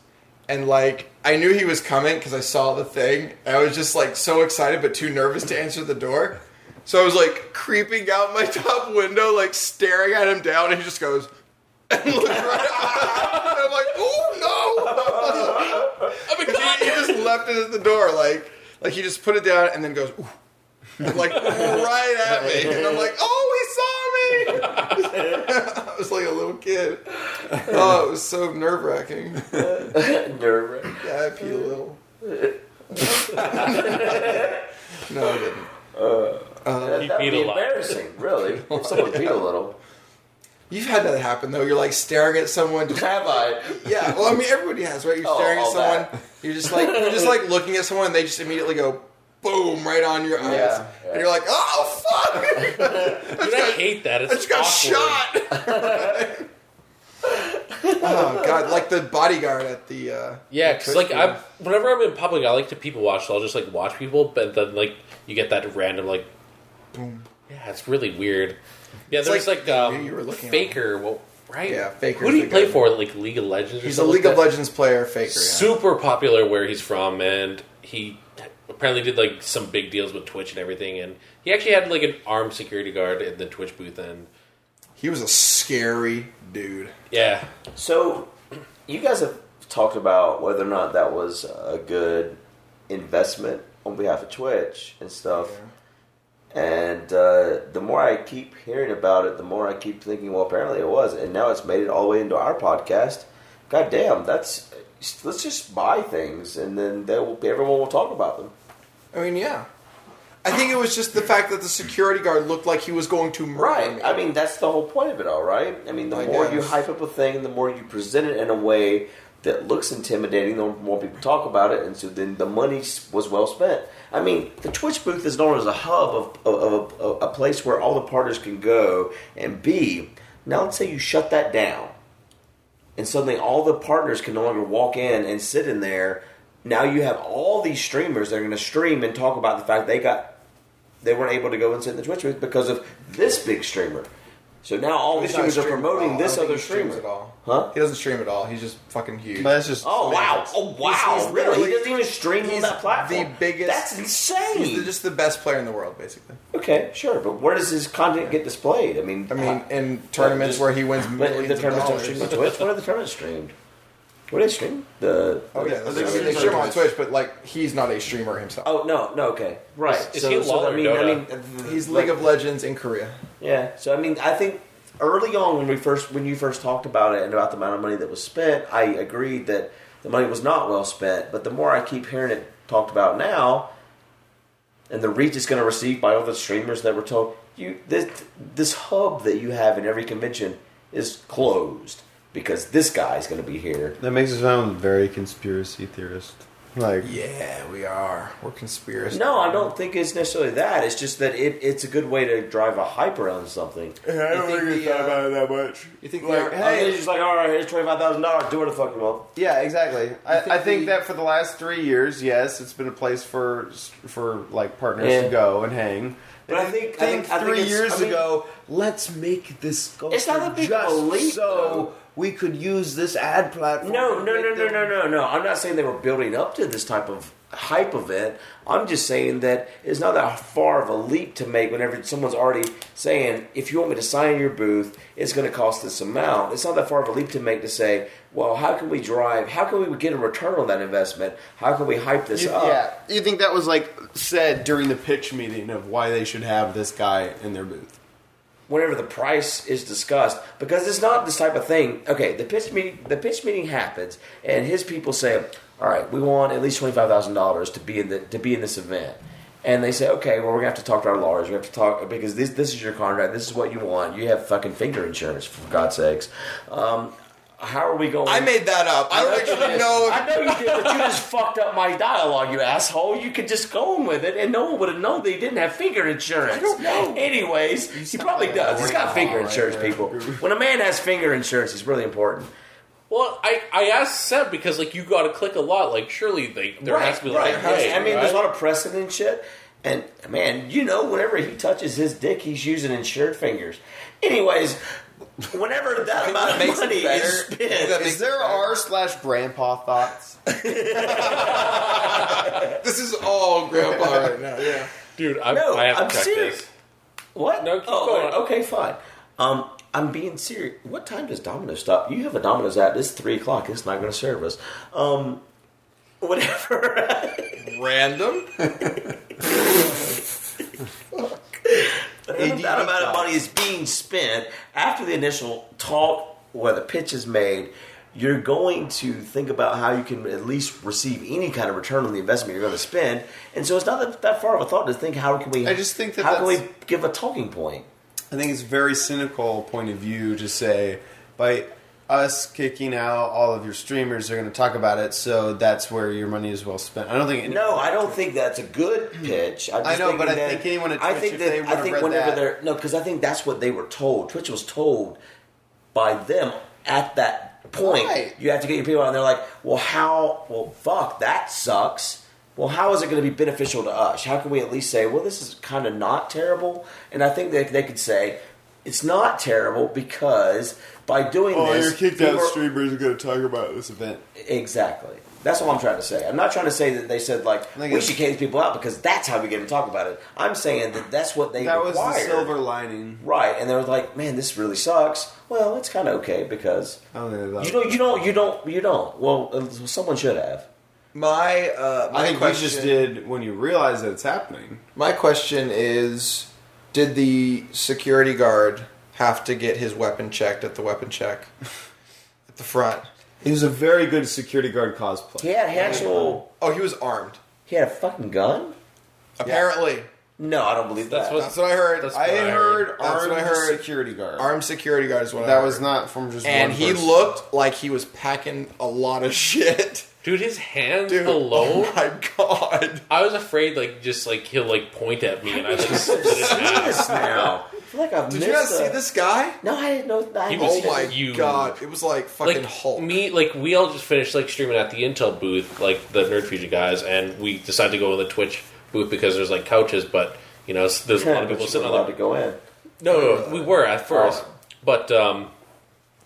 [SPEAKER 5] And, like, I knew he was coming because I saw the thing. I was just, like, so excited but too nervous to answer the door. So I was, like, creeping out my top window, like, staring at him down. And he just goes, and looks right at me. And I'm like, oh, no. I'm he, he just left it at the door. Like, like he just put it down and then goes, ooh. And, like, right at me. And I'm like, oh, he saw me. I was like a little kid. Oh, it was so nerve wracking.
[SPEAKER 3] Nerve.
[SPEAKER 5] Yeah, I peed a little. no, I didn't.
[SPEAKER 3] That, that would
[SPEAKER 2] peed
[SPEAKER 3] be
[SPEAKER 2] a lot.
[SPEAKER 3] embarrassing, really. If someone beat a little,
[SPEAKER 5] You've had that happen though. You're like staring at someone.
[SPEAKER 3] have I?
[SPEAKER 5] Yeah, well, I mean, everybody has, right? You're
[SPEAKER 3] Oh,
[SPEAKER 5] staring at
[SPEAKER 3] all
[SPEAKER 5] someone.
[SPEAKER 3] that.
[SPEAKER 5] You're just like you're just like looking at someone, and they just immediately go boom right on your eyes,
[SPEAKER 1] Yeah,
[SPEAKER 5] and you're like, oh fuck,
[SPEAKER 2] Dude, I hate that. It's
[SPEAKER 5] I just got
[SPEAKER 2] awkward.
[SPEAKER 5] shot. oh god, like the bodyguard at the uh,
[SPEAKER 2] Yeah, because like
[SPEAKER 5] Christmas.
[SPEAKER 2] I, whenever I'm in public, I like to people watch. So I'll just like watch people, but then like you get that random like, boom. Yeah, it's really weird. Yeah, there's
[SPEAKER 5] like
[SPEAKER 2] like, um,
[SPEAKER 5] you were looking at
[SPEAKER 2] Faker, well, right?
[SPEAKER 5] Yeah, Faker's
[SPEAKER 2] Who do
[SPEAKER 5] the
[SPEAKER 2] you play
[SPEAKER 5] guy.
[SPEAKER 2] for? Like League of Legends? Or
[SPEAKER 5] He's a
[SPEAKER 2] something
[SPEAKER 5] League
[SPEAKER 2] like
[SPEAKER 5] of
[SPEAKER 2] that?
[SPEAKER 5] Legends player, faker. yeah.
[SPEAKER 2] Super popular where he's from, and he apparently did like some big deals with Twitch and everything. And he actually had like an armed security guard in the Twitch booth, and
[SPEAKER 5] He was a scary dude.
[SPEAKER 2] yeah,
[SPEAKER 3] So, you guys have talked about whether or not that was a good investment on behalf of Twitch and stuff. And uh, the more I keep hearing about it, the more I keep thinking, well, apparently it was, and now it's made it all the way into our podcast. God damn, that's let's just buy things, and then they will, everyone will talk about them.
[SPEAKER 5] I mean, yeah. I think it was just the fact that the security guard looked like he was going to murder
[SPEAKER 3] Right.
[SPEAKER 5] me.
[SPEAKER 3] I mean, that's the whole point of it all, right? I mean, the
[SPEAKER 5] I
[SPEAKER 3] more you
[SPEAKER 5] guess.
[SPEAKER 3] hype up a thing, the more you present it in a way that looks intimidating, there won't people talk about it, and so then the money s- was well spent. I mean, the Twitch booth is known as a hub of, of, of a, a place where all the partners can go and be. Now, let's say you shut that down, and suddenly all the partners can no longer walk in and sit in there. Now you have all these streamers that are going to stream and talk about the fact they got they weren't able to go and sit in the Twitch booth because of this big streamer. So now all the
[SPEAKER 5] He's not
[SPEAKER 3] streamers are
[SPEAKER 5] streaming at all.
[SPEAKER 3] promoting
[SPEAKER 5] I
[SPEAKER 3] this
[SPEAKER 5] don't think
[SPEAKER 3] other
[SPEAKER 5] he streams
[SPEAKER 3] streamer.
[SPEAKER 5] at all.
[SPEAKER 3] Huh?
[SPEAKER 5] He doesn't stream at all. He's just fucking huge.
[SPEAKER 1] But that's just.
[SPEAKER 3] Oh wow! Oh wow!
[SPEAKER 5] He's- he's
[SPEAKER 3] really?
[SPEAKER 5] literally-
[SPEAKER 3] He doesn't even stream on
[SPEAKER 5] he's
[SPEAKER 3] that platform.
[SPEAKER 5] the biggest-
[SPEAKER 3] That's insane.
[SPEAKER 5] he's the- just the best player in the world, basically.
[SPEAKER 3] okay, sure, but where does his content get displayed? I mean,
[SPEAKER 5] I mean, in
[SPEAKER 3] just-
[SPEAKER 5] tournaments where he wins
[SPEAKER 3] but the
[SPEAKER 5] millions of
[SPEAKER 3] tournaments don't
[SPEAKER 5] dollars.
[SPEAKER 3] stream on Twitch. What are the tournaments streamed? What do they stream? The
[SPEAKER 5] Oh yeah,
[SPEAKER 1] I
[SPEAKER 5] I
[SPEAKER 1] think
[SPEAKER 5] mean they
[SPEAKER 1] it's
[SPEAKER 5] stream
[SPEAKER 1] on
[SPEAKER 5] on Twitch, but like he's not a streamer himself.
[SPEAKER 3] Oh no, no, okay, right.
[SPEAKER 2] Is he a LOL
[SPEAKER 3] I
[SPEAKER 2] or
[SPEAKER 3] mean, I mean,
[SPEAKER 2] Dota?
[SPEAKER 5] he's
[SPEAKER 3] like-
[SPEAKER 5] League of Legends in Korea.
[SPEAKER 3] Yeah. So I mean, I think early on when we first when you first talked about it and about the amount of money that was spent, I agreed that the money was not well spent. But the more I keep hearing it talked about now, and the reach it's going to receive by all the streamers that were told you this this hub that you have in every convention is closed because this guy is going to be here.
[SPEAKER 1] That makes us sound very conspiracy theorist. Like,
[SPEAKER 5] Yeah, we are. We're conspiracy.
[SPEAKER 3] No, I don't think it's necessarily that. It's just that it, it's a good way to drive a hype around something.
[SPEAKER 1] I
[SPEAKER 5] don't think we thought about
[SPEAKER 1] it that much.
[SPEAKER 5] You think
[SPEAKER 1] Like,
[SPEAKER 5] the-
[SPEAKER 3] Hey,
[SPEAKER 1] hey,
[SPEAKER 3] it's just like, all right, here's twenty five thousand dollars. Do what the fuck you want.
[SPEAKER 1] Yeah, exactly. I
[SPEAKER 5] think
[SPEAKER 1] think, I think
[SPEAKER 5] we-
[SPEAKER 1] that for the last three years, yes, it's been a place for for like partners
[SPEAKER 3] Yeah.
[SPEAKER 1] to go and hang.
[SPEAKER 3] But I think- I think- I think
[SPEAKER 1] three
[SPEAKER 3] it's-
[SPEAKER 1] years
[SPEAKER 3] I mean-
[SPEAKER 1] ago, let's make this sculpture
[SPEAKER 3] It's not a big
[SPEAKER 1] just
[SPEAKER 3] leap,
[SPEAKER 1] so
[SPEAKER 3] though.
[SPEAKER 1] we could use this ad platform.
[SPEAKER 3] No,
[SPEAKER 1] to
[SPEAKER 3] no,
[SPEAKER 1] make
[SPEAKER 3] no, no,
[SPEAKER 1] them-
[SPEAKER 3] no, no, no. I'm not saying they were building up to this type of hype event. I'm just saying that it's not that far of a leap to make whenever someone's already saying, if you want me to sign your booth, it's going to cost this amount. It's not that far of a leap to make to say, well, how can we drive? How can we get a return on that investment? How can we hype this
[SPEAKER 1] You,
[SPEAKER 3] up?
[SPEAKER 1] yeah, uh, you think that was like said during the pitch meeting of why they should have this guy in their booth?
[SPEAKER 3] whenever the price is discussed because it's not this type of thing. Okay, the pitch meeting the pitch meeting happens and his people say, "All right, we want at least twenty five thousand dollars to be in the to be in this event." And they say, "Okay, well, we're gonna have to talk to our lawyers. We have to talk because this this is your contract. This is what you want. You have fucking finger insurance for God's sakes." Um, how are we going?
[SPEAKER 5] I made that up. I don't actually know.
[SPEAKER 3] I know you did, but you just fucked up my dialogue, you asshole. You could just go on with it, and no one would have known they didn't have finger insurance. I don't know. Anyways, he probably
[SPEAKER 5] like a
[SPEAKER 3] does. He's got
[SPEAKER 5] whore
[SPEAKER 3] finger
[SPEAKER 5] right
[SPEAKER 3] insurance,
[SPEAKER 5] there.
[SPEAKER 3] people. When a man has finger insurance, it's really important.
[SPEAKER 2] Well, I, I asked Seb because like you got to click a lot. Like surely they, there has to be like a
[SPEAKER 3] Yes,
[SPEAKER 2] way,
[SPEAKER 3] I mean, there's a
[SPEAKER 2] right?
[SPEAKER 3] lot of precedent and shit. And man, you know, whenever he touches his dick, he's using insured fingers. Anyways, whenever that amount of
[SPEAKER 5] makes it
[SPEAKER 3] money
[SPEAKER 5] better.
[SPEAKER 3] is spent,
[SPEAKER 5] That
[SPEAKER 1] Is
[SPEAKER 5] makes
[SPEAKER 1] there
[SPEAKER 5] sense.
[SPEAKER 1] R slash grandpa thoughts?
[SPEAKER 5] This is all grandpa right now. Yeah.
[SPEAKER 2] dude. I,
[SPEAKER 3] No,
[SPEAKER 2] I have to
[SPEAKER 3] I'm
[SPEAKER 2] check
[SPEAKER 3] serious.
[SPEAKER 2] this.
[SPEAKER 3] What?
[SPEAKER 2] No, keep
[SPEAKER 3] oh,
[SPEAKER 2] going.
[SPEAKER 3] okay, fine. Um, I'm being serious. What time does Domino's stop? You have a Domino's app. It's three o'clock. It's not going to serve us. Um, whatever.
[SPEAKER 5] Random.
[SPEAKER 3] And that amount of money is being spent after the initial talk where the pitch is made. You're going to think about how you can at least receive any kind of return on the investment you're going to spend, and so it's not that, that far of a thought to think how can we.
[SPEAKER 1] I just think that
[SPEAKER 3] how can we
[SPEAKER 1] that's-
[SPEAKER 3] give a talking point?
[SPEAKER 1] I think it's a very cynical point of view to say by us kicking out all of your streamers, they're going to talk about it, so that's where your money is well spent. I don't think.
[SPEAKER 3] No, I don't think that's a good pitch. I'm just
[SPEAKER 1] I know,
[SPEAKER 3] thinking
[SPEAKER 1] but I
[SPEAKER 3] that-
[SPEAKER 1] think anyone at
[SPEAKER 3] I
[SPEAKER 1] Twitch,
[SPEAKER 3] think
[SPEAKER 1] if
[SPEAKER 3] that
[SPEAKER 1] they
[SPEAKER 3] I
[SPEAKER 1] would've
[SPEAKER 3] think
[SPEAKER 1] read
[SPEAKER 3] whenever
[SPEAKER 1] that-
[SPEAKER 3] they're no, because I think that's what they were told. Twitch was told by them at that point.
[SPEAKER 1] Right.
[SPEAKER 3] You have to get your people out, and they're like, "Well, how? Well, fuck, that sucks." Well, how is it going to be beneficial to us? How can we at least say, well, this is kind of not terrible? And I think they, they could say, it's not terrible because by doing
[SPEAKER 1] Oh,
[SPEAKER 3] this, people are-
[SPEAKER 1] streamers are going to talk about this event.
[SPEAKER 3] Exactly. That's all I'm trying to say. I'm not trying to say that they said like
[SPEAKER 1] think
[SPEAKER 3] we
[SPEAKER 1] it's-
[SPEAKER 3] should kick these people out because that's how we get them to talk about it. I'm saying that that's what they
[SPEAKER 1] That was
[SPEAKER 3] required.
[SPEAKER 1] the silver lining.
[SPEAKER 3] Right, and they were like, "Man, this really sucks." Well, it's kind of okay because
[SPEAKER 1] I don't think that-
[SPEAKER 3] you don't, you don't, you don't, you don't. Well, uh, someone should have.
[SPEAKER 5] My uh, my
[SPEAKER 1] I think
[SPEAKER 5] question,
[SPEAKER 1] you just did when you realize that it's happening.
[SPEAKER 5] My question is, did the security guard have to get his weapon checked at the weapon check at the front?
[SPEAKER 1] He was a very good security guard cosplay.
[SPEAKER 3] He had actual,
[SPEAKER 5] Oh, he was armed.
[SPEAKER 3] he had a fucking gun.
[SPEAKER 5] Apparently,
[SPEAKER 3] No, I don't believe
[SPEAKER 2] That's
[SPEAKER 3] that.
[SPEAKER 2] what-
[SPEAKER 5] That's what I heard.
[SPEAKER 2] That's
[SPEAKER 1] I
[SPEAKER 2] what I
[SPEAKER 1] heard
[SPEAKER 5] That's
[SPEAKER 1] armed
[SPEAKER 5] what I heard.
[SPEAKER 1] security guard.
[SPEAKER 5] Armed security guard is what I
[SPEAKER 1] that was
[SPEAKER 5] heard.
[SPEAKER 1] not from just
[SPEAKER 5] And
[SPEAKER 1] one
[SPEAKER 5] he
[SPEAKER 1] person.
[SPEAKER 5] looked like he was packing a lot of shit.
[SPEAKER 2] Dude, his hands
[SPEAKER 5] Dude,
[SPEAKER 2] alone.
[SPEAKER 5] Oh my god.
[SPEAKER 2] I was afraid, like, just like he'll like point at me, and I like split in half.
[SPEAKER 3] now. I feel like I've
[SPEAKER 5] Did
[SPEAKER 3] missed
[SPEAKER 5] you not
[SPEAKER 3] a-
[SPEAKER 5] see this guy?
[SPEAKER 3] No, I didn't know. I
[SPEAKER 2] He
[SPEAKER 3] didn't
[SPEAKER 2] was
[SPEAKER 5] Oh
[SPEAKER 3] see
[SPEAKER 5] my
[SPEAKER 3] it.
[SPEAKER 2] huge.
[SPEAKER 5] god. It was like fucking
[SPEAKER 2] Like
[SPEAKER 5] Hulk.
[SPEAKER 2] me, like we all just finished like streaming at the Intel booth, like the Nerd Fusion guys, and we decided to go in the Twitch booth because there's like couches, but you know s- there's a lot of
[SPEAKER 3] But
[SPEAKER 2] people
[SPEAKER 3] you were
[SPEAKER 2] sitting
[SPEAKER 3] allowed
[SPEAKER 2] on
[SPEAKER 3] to
[SPEAKER 2] the.
[SPEAKER 3] go in.
[SPEAKER 2] No, no, no, we were at first,
[SPEAKER 3] Oh.
[SPEAKER 2] but um,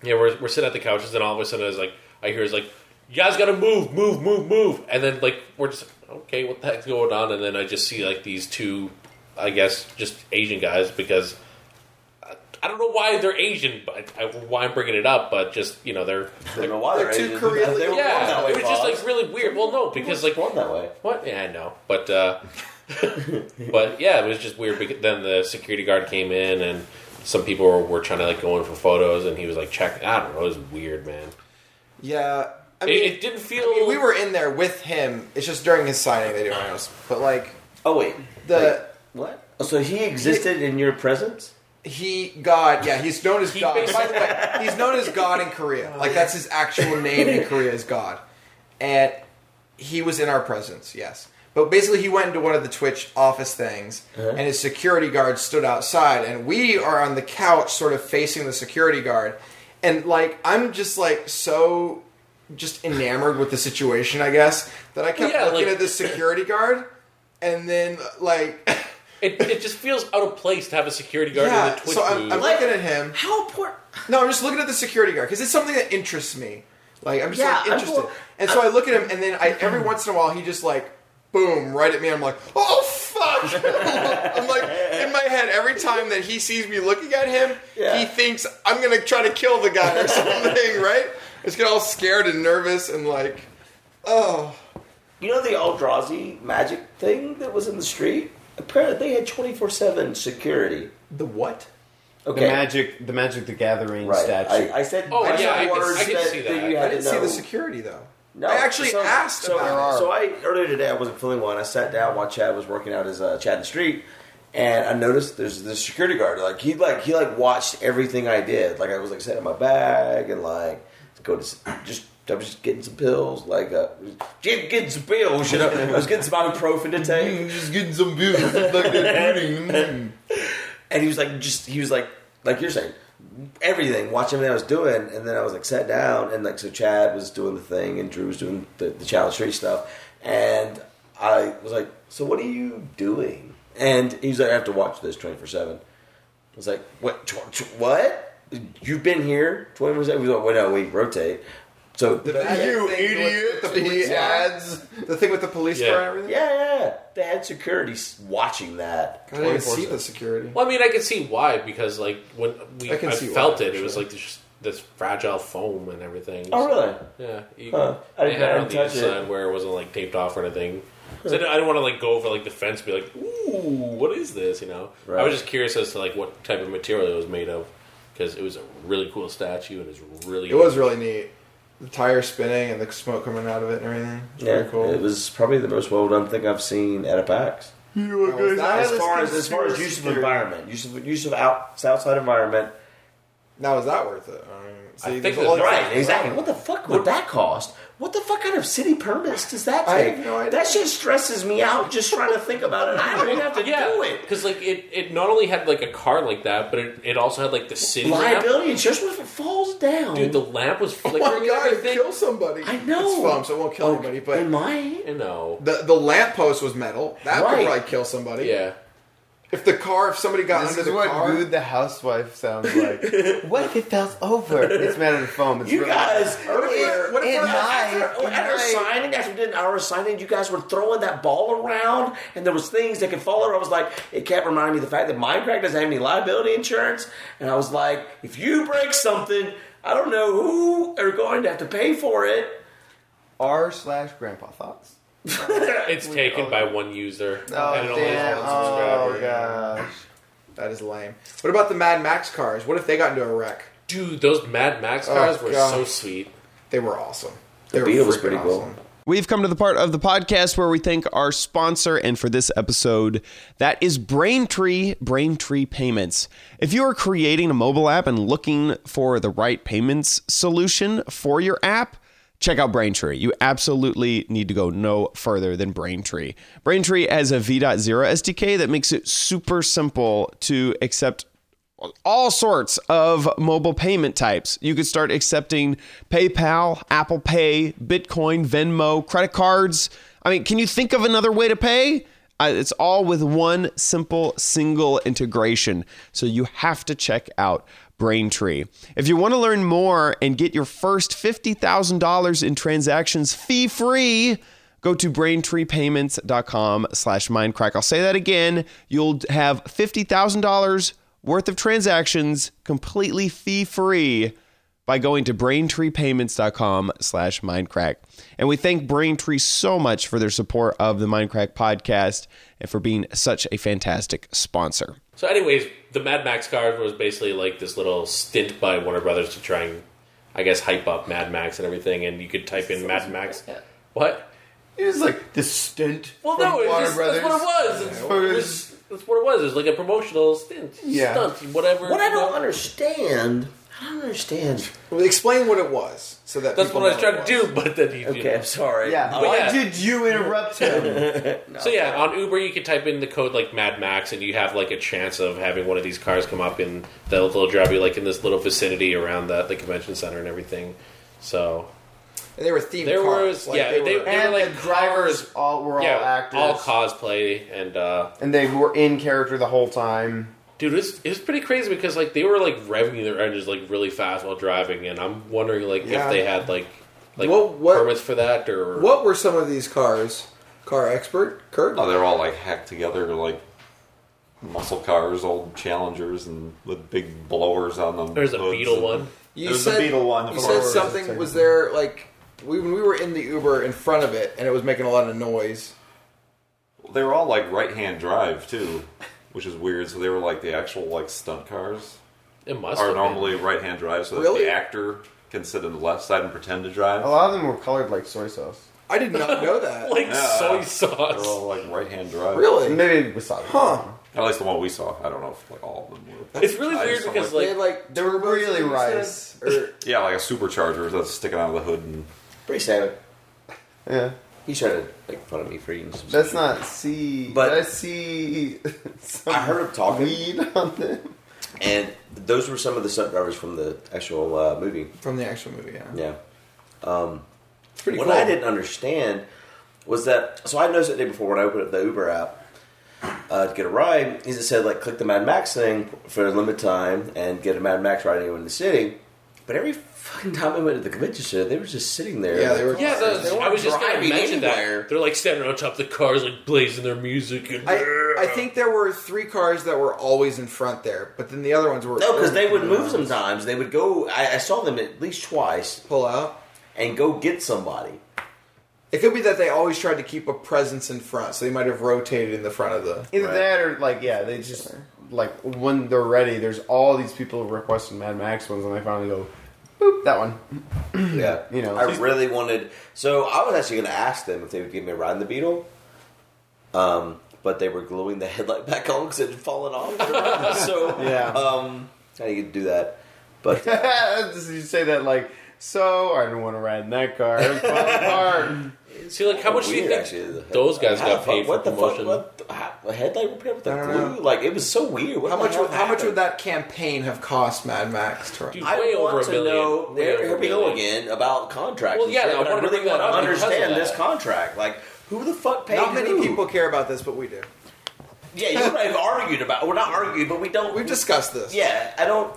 [SPEAKER 2] yeah, we're we're sitting at the couches, and all of a sudden, it's like I hear is like, "You guys gotta move, move, move, move," and then like we're just okay, what the heck's going on? And then I just see like these two, I guess, just Asian guys because I, I don't know why they're Asian, but I, why I'm bringing it up, but just you know they're
[SPEAKER 3] I don't know why
[SPEAKER 5] They're
[SPEAKER 3] they're
[SPEAKER 5] two
[SPEAKER 3] Asian.
[SPEAKER 5] Korean-
[SPEAKER 3] They were born
[SPEAKER 2] yeah,
[SPEAKER 3] that way,
[SPEAKER 2] it was just
[SPEAKER 3] Fox.
[SPEAKER 2] like really weird. Well, no, because like
[SPEAKER 3] born that way.
[SPEAKER 2] what? Yeah, I know, but uh, but yeah, it was just weird. Because then the security guard came in, and some people were, were trying to like go in for photos, and he was like checking. I don't know. It was weird, man.
[SPEAKER 5] Yeah. I
[SPEAKER 2] It,
[SPEAKER 5] mean,
[SPEAKER 2] it didn't feel.
[SPEAKER 5] I mean, we were in there with him. It's just during his signing they do announce. But like
[SPEAKER 3] Oh wait,
[SPEAKER 5] the
[SPEAKER 3] what? Oh, so he existed in your presence?
[SPEAKER 5] he God, yeah, he's known as
[SPEAKER 2] He
[SPEAKER 5] God.
[SPEAKER 2] basically-
[SPEAKER 5] By the way, he's known as God in Korea. Like that's his actual name in Korea is God, and he was in our presence, yes. But basically, he went into one of the Twitch office things, and his security guard stood outside, and we are on the couch, sort of facing the security guard, and like I'm just like so just enamored with the situation, I guess, that I kept
[SPEAKER 2] Yeah,
[SPEAKER 5] looking
[SPEAKER 2] like-
[SPEAKER 5] at this security guard, and then like
[SPEAKER 2] It, it just feels out of place to have a security guard in
[SPEAKER 5] yeah,
[SPEAKER 2] the Twitch
[SPEAKER 5] so I'm,
[SPEAKER 2] booth.
[SPEAKER 5] I'm looking at him.
[SPEAKER 3] How important?
[SPEAKER 5] No, I'm just looking at the security guard because it's something that interests me. Like I'm just
[SPEAKER 3] Yeah,
[SPEAKER 5] like
[SPEAKER 3] I'm
[SPEAKER 5] interested,
[SPEAKER 3] more-
[SPEAKER 5] and so I look at him, and then I every once in a while he just like boom right at me. I'm like, oh fuck! I'm like in my head every time that he sees me looking at him,
[SPEAKER 3] Yeah.
[SPEAKER 5] he thinks I'm gonna try to kill the guy or something, right? I just get all scared and nervous and like, oh
[SPEAKER 3] You know the Eldrazi magic thing that was in the street? Apparently, they had twenty four seven security.
[SPEAKER 5] the what?
[SPEAKER 1] the
[SPEAKER 3] Okay,
[SPEAKER 1] magic, the Magic the Gathering
[SPEAKER 3] right?
[SPEAKER 1] statue.
[SPEAKER 3] I, I said.
[SPEAKER 2] Oh,
[SPEAKER 3] I
[SPEAKER 2] yeah, I
[SPEAKER 3] said
[SPEAKER 2] can-
[SPEAKER 3] words
[SPEAKER 2] I can
[SPEAKER 3] that,
[SPEAKER 2] see
[SPEAKER 3] that
[SPEAKER 2] that.
[SPEAKER 3] you
[SPEAKER 5] I
[SPEAKER 3] had
[SPEAKER 5] didn't
[SPEAKER 3] to
[SPEAKER 5] see the
[SPEAKER 3] know.
[SPEAKER 5] security though.
[SPEAKER 3] No,
[SPEAKER 5] I actually
[SPEAKER 3] so-
[SPEAKER 5] asked
[SPEAKER 3] so,
[SPEAKER 5] about it.
[SPEAKER 3] So I earlier today I wasn't feeling well, and I sat down while Chad was working out his uh, Chad in the street, and I noticed there's this security guard. Like he like he like watched everything I did. Like I was like setting my bag and like go to s- just. I was just getting some pills, like uh, get- getting some pills. You know, I was getting some ibuprofen to take.
[SPEAKER 1] just getting some views. like
[SPEAKER 3] and he was like just he was like like you're saying everything watch everything i was doing and then i was like sat down and like so chad was doing the thing and drew was doing the, the challenge tree stuff and i was like so what are you doing and he was like i have to watch this 24-7 i was like what tw- tw- what you've been here 24-7 we was like wait no we rotate so
[SPEAKER 5] You idiot! The police ads, the thing with the police
[SPEAKER 2] Yeah.
[SPEAKER 5] car and everything.
[SPEAKER 3] yeah yeah they had security s- watching that
[SPEAKER 5] I didn't even see
[SPEAKER 3] 24/7.
[SPEAKER 5] the security.
[SPEAKER 2] Well, I mean, I can see why because like when we
[SPEAKER 5] I
[SPEAKER 2] I,
[SPEAKER 5] can see why,
[SPEAKER 2] felt it, it
[SPEAKER 5] sure.
[SPEAKER 2] was like this, this fragile foam and everything.
[SPEAKER 3] oh really
[SPEAKER 2] Yeah, you,
[SPEAKER 3] Huh. I
[SPEAKER 2] I
[SPEAKER 3] didn't-
[SPEAKER 2] didn't,
[SPEAKER 3] I
[SPEAKER 2] I
[SPEAKER 3] didn't touch it.
[SPEAKER 2] where it wasn't like taped off or anything. 'Cause I didn't, want to like go over like the fence and be like, "Ooh, what is this?" You know, I
[SPEAKER 3] Right.
[SPEAKER 2] was just curious as to like what type of material it was made of because it was a really cool statue and it was really
[SPEAKER 5] It was really neat. The tire spinning and the smoke coming out of it and everything. It's
[SPEAKER 3] yeah
[SPEAKER 5] pretty cool.
[SPEAKER 3] it was probably the most well done thing i've seen at a pax
[SPEAKER 5] That was- that
[SPEAKER 3] as
[SPEAKER 5] was
[SPEAKER 3] far as as far as
[SPEAKER 5] conspiracy
[SPEAKER 3] use of
[SPEAKER 5] theory.
[SPEAKER 3] environment, use of use of out, outside environment.
[SPEAKER 5] Now is that worth it? I mean, see,
[SPEAKER 2] think
[SPEAKER 5] there's a
[SPEAKER 2] that-
[SPEAKER 5] lot of-
[SPEAKER 2] right,
[SPEAKER 3] exactly. What the fuck would that cost? What the fuck kind of city permits does that
[SPEAKER 5] I
[SPEAKER 3] take?
[SPEAKER 5] have no idea.
[SPEAKER 3] That shit stresses me out just trying to think about it. I don't even have to do
[SPEAKER 2] yeah
[SPEAKER 3] it.
[SPEAKER 2] because like it, it not only had like a car like that, but it, it also had like the city lamp.
[SPEAKER 3] Liability insurance. What if it falls down?
[SPEAKER 2] Dude, the lamp was flickering.
[SPEAKER 5] Oh my
[SPEAKER 2] and
[SPEAKER 5] god! It
[SPEAKER 2] everything.
[SPEAKER 5] killed somebody.
[SPEAKER 3] I know. Oh,
[SPEAKER 5] It's foam, so it won't kill anybody.
[SPEAKER 3] it
[SPEAKER 5] But
[SPEAKER 3] might.
[SPEAKER 2] You know,
[SPEAKER 5] the the lamppost was metal. That would
[SPEAKER 3] Right.
[SPEAKER 5] probably kill somebody.
[SPEAKER 2] yeah.
[SPEAKER 5] If the car, if somebody got
[SPEAKER 1] This
[SPEAKER 5] under
[SPEAKER 1] is
[SPEAKER 5] the
[SPEAKER 1] what
[SPEAKER 5] car,
[SPEAKER 1] Rude the Housewife sounds like. what if it falls over? It's made out of foam. It's
[SPEAKER 3] You
[SPEAKER 1] really-
[SPEAKER 3] guys earlier
[SPEAKER 5] if- what if
[SPEAKER 3] in
[SPEAKER 5] we're-
[SPEAKER 3] after, oh,
[SPEAKER 1] in
[SPEAKER 3] after
[SPEAKER 1] high-
[SPEAKER 3] signing, after we did an hour of signing, you guys were throwing that ball around, and there was things that could fall over. I was like, it kept reminding me of the fact that Minecraft doesn't have any liability insurance, and I was like, if you break something, I don't know who are going to have to pay for it.
[SPEAKER 1] R slash Grandpa thoughts.
[SPEAKER 2] It's taken by one user.
[SPEAKER 1] Oh
[SPEAKER 2] and it only
[SPEAKER 1] damn!
[SPEAKER 2] has one subscriber.
[SPEAKER 1] Oh gosh!
[SPEAKER 5] that is lame. What about the Mad Max cars? What if they got into a wreck?
[SPEAKER 2] Dude, those Mad Max cars
[SPEAKER 5] Oh,
[SPEAKER 2] were
[SPEAKER 5] God.
[SPEAKER 2] so sweet.
[SPEAKER 5] They were awesome. They
[SPEAKER 3] The
[SPEAKER 5] were
[SPEAKER 3] Beetle was
[SPEAKER 5] freaking
[SPEAKER 3] pretty cool.
[SPEAKER 5] awesome.
[SPEAKER 9] We've come to the part of the podcast where we thank our sponsor, and for this episode, that is Braintree, Braintree Payments. If you are creating a mobile app and looking for the right payments solution for your app, check out Braintree. You absolutely need to go no further than Braintree. Braintree has a V.0 SDK that makes it super simple to accept all sorts of mobile payment types. You could start accepting PayPal, Apple Pay, Bitcoin, Venmo, credit cards. I mean, can you think of another way to pay? Uh, it's all with one simple single integration. So you have to check out Braintree. If you want to learn more and get your first $50,000 in transactions fee free, go to braintreepayments.com slash mindcrack. I'll say that again. You'll have $50,000 worth of transactions completely fee-free by going to braintreepayments.com slash mindcrack. And we thank Braintree so much for their support of the Mindcrack podcast and for being such a fantastic sponsor.
[SPEAKER 2] So, anyways, the Mad Max card was basically like this little stint by Warner Brothers to try and, I guess, hype up Mad Max and everything. And you could type in Mad Max. What?
[SPEAKER 1] It was like the stint.
[SPEAKER 2] Well,
[SPEAKER 1] from
[SPEAKER 2] no, it was
[SPEAKER 1] Warner
[SPEAKER 2] just,
[SPEAKER 1] Brothers.
[SPEAKER 2] that's what it was. It's-
[SPEAKER 1] It
[SPEAKER 2] it
[SPEAKER 1] was-
[SPEAKER 2] was- That's what it was. It was like a promotional stint,
[SPEAKER 1] Yeah.
[SPEAKER 2] stunt, whatever.
[SPEAKER 3] What I don't understand, I don't understand.
[SPEAKER 5] Well, Explain what it was, so that
[SPEAKER 2] That's
[SPEAKER 5] people
[SPEAKER 2] what I
[SPEAKER 5] know
[SPEAKER 2] was trying to
[SPEAKER 5] what it
[SPEAKER 2] do, but then you
[SPEAKER 3] Okay, I'm sorry.
[SPEAKER 1] Yeah.
[SPEAKER 3] Uh,
[SPEAKER 1] Why
[SPEAKER 2] yeah.
[SPEAKER 1] did you interrupt him?
[SPEAKER 2] So yeah, on Uber you can type in the code like Mad Max, and you have like a chance of having one of these cars come up, and they'll, they'll drive you like in this little vicinity around the, the convention center and everything. So
[SPEAKER 5] was. And they were themed
[SPEAKER 2] There
[SPEAKER 5] cars.
[SPEAKER 2] was-
[SPEAKER 5] like,
[SPEAKER 2] yeah,
[SPEAKER 5] they,
[SPEAKER 2] they-
[SPEAKER 5] were,
[SPEAKER 2] they-
[SPEAKER 1] and
[SPEAKER 2] like
[SPEAKER 1] the drivers
[SPEAKER 2] cars.
[SPEAKER 1] all were
[SPEAKER 2] yeah,
[SPEAKER 1] all actors.
[SPEAKER 2] all cosplay, and uh,
[SPEAKER 1] and they were in character the whole time.
[SPEAKER 2] dude, it was, it was pretty crazy because like they were like revving their engines like really fast while driving, and I'm wondering like
[SPEAKER 5] Yeah.
[SPEAKER 2] if they had like like
[SPEAKER 5] What- what-
[SPEAKER 2] permits for that or
[SPEAKER 5] what were some of these cars? Car expert Kurt.
[SPEAKER 10] Oh, they're all like hacked together, like muscle cars, old Challengers, and with big blowers on them.
[SPEAKER 2] There's a
[SPEAKER 10] hoods
[SPEAKER 2] Beetle
[SPEAKER 10] and-
[SPEAKER 2] one.
[SPEAKER 5] You
[SPEAKER 1] There's the Beetle one,
[SPEAKER 5] You
[SPEAKER 1] of
[SPEAKER 5] said
[SPEAKER 1] course.
[SPEAKER 5] something. Was there like we, when we were in the Uber in front of it and it was making a lot of noise?
[SPEAKER 10] They were all like right-hand drive too, which is weird. So they were like the actual like stunt cars
[SPEAKER 2] It must
[SPEAKER 10] are
[SPEAKER 2] have been.
[SPEAKER 10] normally right-hand drive, so that
[SPEAKER 5] Really?
[SPEAKER 10] the actor can sit on the left side and pretend to
[SPEAKER 1] A
[SPEAKER 10] drive.
[SPEAKER 1] lot of them were colored like soy sauce.
[SPEAKER 5] I did not know that.
[SPEAKER 2] like
[SPEAKER 10] Yeah.
[SPEAKER 2] soy
[SPEAKER 10] They're
[SPEAKER 2] sauce.
[SPEAKER 10] all like right-hand drive.
[SPEAKER 5] really?
[SPEAKER 1] Maybe wasabi.
[SPEAKER 5] Huh?
[SPEAKER 10] At least the one we saw. I don't know if like all of them were.
[SPEAKER 2] It's really
[SPEAKER 10] I
[SPEAKER 2] weird
[SPEAKER 10] just don't
[SPEAKER 2] because
[SPEAKER 10] like-
[SPEAKER 5] they had like
[SPEAKER 1] They were
[SPEAKER 5] turbos,
[SPEAKER 1] really
[SPEAKER 5] you
[SPEAKER 1] rice.
[SPEAKER 5] said? Or-
[SPEAKER 10] Yeah, like a supercharger that's sticking out of the hood and
[SPEAKER 3] Pretty sad.
[SPEAKER 1] Yeah,
[SPEAKER 3] He's trying to make fun of me for eating some.
[SPEAKER 1] that's not C.
[SPEAKER 3] But-
[SPEAKER 1] But I see. some
[SPEAKER 3] I heard him talking.
[SPEAKER 1] weed on them.
[SPEAKER 3] And those were some of the stunt drivers from the actual uh, movie.
[SPEAKER 5] from the actual movie. Yeah.
[SPEAKER 3] Yeah. Um,
[SPEAKER 5] It's pretty
[SPEAKER 3] what
[SPEAKER 5] cool.
[SPEAKER 3] I didn't understand was that. So I noticed it the day before when I opened up the Uber app uh, to get a ride, is it said like click the Mad Max thing for a limited time and get a Mad Max ride anywhere in the city. But every fucking time I went to the convention center, they were just sitting there.
[SPEAKER 5] Yeah, they were-
[SPEAKER 2] Yeah,
[SPEAKER 5] Cars.
[SPEAKER 2] those,
[SPEAKER 3] They
[SPEAKER 2] I was just going to
[SPEAKER 3] driving
[SPEAKER 2] mention
[SPEAKER 3] anywhere.
[SPEAKER 2] that. They're like standing on top of the cars, like blazing their music. And
[SPEAKER 5] I, I think there were three cars that were always in front there, but then the other ones were
[SPEAKER 3] No, because they would move sometimes. They would go. I, I saw them at least twice
[SPEAKER 5] pull out.
[SPEAKER 3] and go get somebody.
[SPEAKER 5] It could be that they always tried to keep a presence in front, so they might have rotated in the front of the.
[SPEAKER 1] Either that or like yeah, they just like when they're ready. There's all these people requesting Mad Max ones, and they finally go, boop that one.
[SPEAKER 3] Yeah,
[SPEAKER 1] You know.
[SPEAKER 3] I really wanted. So I was actually going to ask them if they would give me a ride in the Beetle, um, but they were gluing the headlight back on because it had fallen off. so
[SPEAKER 1] Yeah.
[SPEAKER 3] um, I didn't get to do that. But uh,
[SPEAKER 1] Just you say that like so? I don't want to ride in that car. It's my car.
[SPEAKER 2] See, like, how much do you
[SPEAKER 3] weird,
[SPEAKER 2] think
[SPEAKER 3] actually, the-
[SPEAKER 2] those guys
[SPEAKER 3] how the
[SPEAKER 2] got
[SPEAKER 3] fuck-
[SPEAKER 2] paid for
[SPEAKER 3] what the
[SPEAKER 2] promotion?
[SPEAKER 3] Fuck, what the, how, the headlight repair with the
[SPEAKER 5] I don't
[SPEAKER 3] glue?
[SPEAKER 5] know.
[SPEAKER 3] Like it was so weird. What
[SPEAKER 5] How
[SPEAKER 3] the
[SPEAKER 5] much?
[SPEAKER 3] hell
[SPEAKER 5] Would, how much
[SPEAKER 3] happened?
[SPEAKER 5] would that campaign have cost Mad Max to run?
[SPEAKER 2] Dude,
[SPEAKER 3] I
[SPEAKER 2] Way
[SPEAKER 3] want
[SPEAKER 2] over a
[SPEAKER 3] to
[SPEAKER 2] million.
[SPEAKER 3] know.
[SPEAKER 2] Way
[SPEAKER 3] There,
[SPEAKER 2] over
[SPEAKER 3] here
[SPEAKER 2] a
[SPEAKER 3] we go
[SPEAKER 2] million.
[SPEAKER 3] again about contracts.
[SPEAKER 2] Well,
[SPEAKER 3] and
[SPEAKER 2] yeah,
[SPEAKER 3] shit,
[SPEAKER 2] I
[SPEAKER 3] but
[SPEAKER 2] wanted to
[SPEAKER 3] really
[SPEAKER 2] bring that
[SPEAKER 3] wanna
[SPEAKER 2] up because of
[SPEAKER 3] understand this
[SPEAKER 2] that.
[SPEAKER 3] contract. Like, who the fuck paid?
[SPEAKER 5] Not many
[SPEAKER 3] who?
[SPEAKER 5] people care about this, but we do.
[SPEAKER 3] Yeah, you and I have argued about. We're not argued, but we don't.
[SPEAKER 5] We've discussed this.
[SPEAKER 3] Yeah, I don't.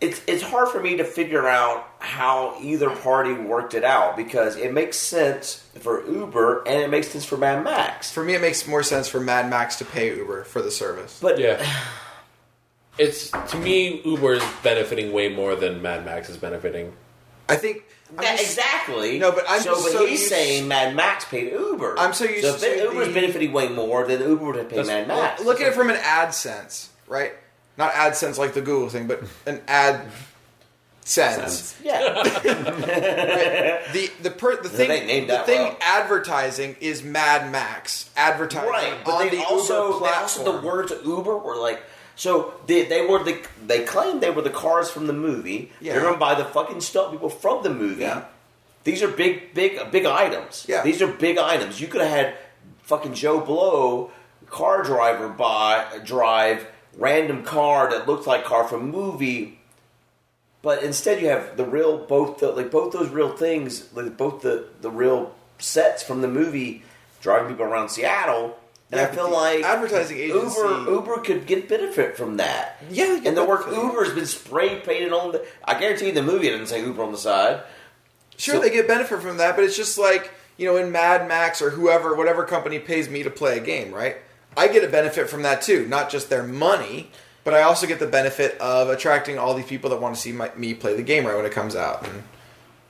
[SPEAKER 3] It's it's hard for me to figure out how either party worked it out because it makes sense for Uber and it makes sense for Mad Max.
[SPEAKER 5] For me, it makes more sense for Mad Max to pay Uber for the service.
[SPEAKER 3] But
[SPEAKER 2] Yeah. It's to me, Uber is benefiting way more than Mad Max is benefiting.
[SPEAKER 5] I think I'm
[SPEAKER 3] Yeah,
[SPEAKER 5] just-
[SPEAKER 3] exactly.
[SPEAKER 5] No, but I'm
[SPEAKER 3] so.
[SPEAKER 5] just
[SPEAKER 3] but
[SPEAKER 5] so
[SPEAKER 3] he's
[SPEAKER 5] used-
[SPEAKER 3] saying Mad Max paid Uber.
[SPEAKER 5] I'm so used
[SPEAKER 3] so if
[SPEAKER 5] to
[SPEAKER 3] Uber's
[SPEAKER 5] the-
[SPEAKER 3] benefiting way more than Uber would have paid Mad Max.
[SPEAKER 5] Look at it from an ad sense, right? Not ad sense like the Google thing, but an ad cents.
[SPEAKER 3] Yeah.
[SPEAKER 5] The the per, the thing
[SPEAKER 3] ain't named
[SPEAKER 5] the
[SPEAKER 3] that
[SPEAKER 5] thing
[SPEAKER 3] well.
[SPEAKER 5] advertising is Mad Max advertising
[SPEAKER 3] right. But
[SPEAKER 5] on
[SPEAKER 3] they
[SPEAKER 5] the
[SPEAKER 3] also,
[SPEAKER 5] Uber
[SPEAKER 3] they also
[SPEAKER 5] platform.
[SPEAKER 3] the words Uber were like so they, they were the they claimed they were the cars from the movie
[SPEAKER 5] Yeah.
[SPEAKER 3] driven by the fucking stunt people from the movie.
[SPEAKER 5] Yeah.
[SPEAKER 3] These are big big big items.
[SPEAKER 5] Yeah.
[SPEAKER 3] These are big items. You could have had fucking Joe Blow car driver by drive random car that looked like car from movie but instead, you have the real both the, like both those real things, like both the the real sets from the movie driving people around Seattle. And
[SPEAKER 5] Yeah,
[SPEAKER 3] I
[SPEAKER 5] but
[SPEAKER 3] feel
[SPEAKER 5] the
[SPEAKER 3] like
[SPEAKER 5] advertising agency-
[SPEAKER 3] Uber Uber could get benefit from that.
[SPEAKER 5] Yeah, you
[SPEAKER 3] and the
[SPEAKER 5] would
[SPEAKER 3] word
[SPEAKER 5] think.
[SPEAKER 3] Uber has been spray painted on the. I guarantee you, the movie didn't say Uber on the side.
[SPEAKER 5] Sure,
[SPEAKER 3] So-
[SPEAKER 5] they get benefit from that, but it's just like you know, in Mad Max or whoever, whatever company pays me to play a game, right? I get a benefit from that too, not just their money, but I also get the benefit of attracting all these people that want to see my, me play the game right when it comes out, and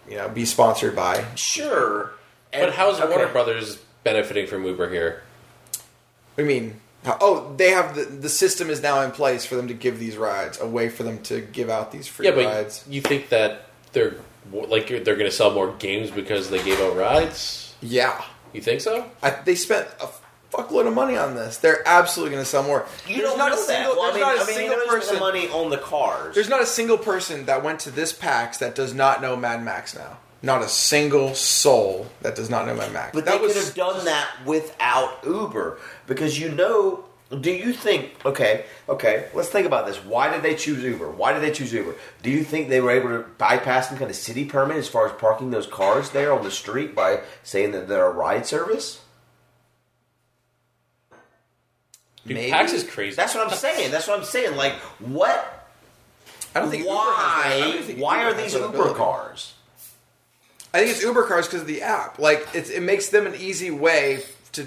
[SPEAKER 5] you know, be sponsored by.
[SPEAKER 3] Sure,
[SPEAKER 2] But
[SPEAKER 3] And-
[SPEAKER 2] how's
[SPEAKER 3] okay.
[SPEAKER 2] Warner Brothers benefiting from Uber here?
[SPEAKER 5] I mean, oh, they have the the system is now in place for them to give these rides, a way for them to give out these free
[SPEAKER 2] Yeah, but
[SPEAKER 5] rides.
[SPEAKER 2] you think that they're like they're going to sell more games because they gave out rides?
[SPEAKER 5] Yeah,
[SPEAKER 2] You think so?
[SPEAKER 5] I, they spent a fuckload of money on this. They're absolutely going to sell more.
[SPEAKER 3] You
[SPEAKER 5] There's
[SPEAKER 3] don't
[SPEAKER 5] not
[SPEAKER 3] know
[SPEAKER 5] a single.
[SPEAKER 3] that. Well,
[SPEAKER 5] there's
[SPEAKER 3] I mean,
[SPEAKER 5] not a
[SPEAKER 3] I mean,
[SPEAKER 5] single
[SPEAKER 3] he knows
[SPEAKER 5] person.
[SPEAKER 3] the money on the cars.
[SPEAKER 5] There's not a single person that went to this PAX that does not know Mad Max now. Not a single soul that does not know Mad Max.
[SPEAKER 3] But
[SPEAKER 5] that
[SPEAKER 3] they could have done that without Uber because you know. Do you think? Okay, okay. Let's think about this. Why did they choose Uber? Why did they choose Uber? Do you think they were able to bypass some kind of city permit as far as parking those cars there on the street by saying that they're a ride service?
[SPEAKER 2] Dude,
[SPEAKER 5] Maybe.
[SPEAKER 2] PAX is crazy.
[SPEAKER 3] That's what I'm saying. That's what I'm saying. Like, what?
[SPEAKER 5] I don't think Uber has that. I don't
[SPEAKER 3] why?
[SPEAKER 5] even think
[SPEAKER 3] Why
[SPEAKER 5] Uber
[SPEAKER 3] are
[SPEAKER 5] has
[SPEAKER 3] these
[SPEAKER 5] that
[SPEAKER 3] Uber
[SPEAKER 5] ability.
[SPEAKER 3] cars?
[SPEAKER 5] I think it's Uber cars because of the app. Like it's, it makes them an easy way to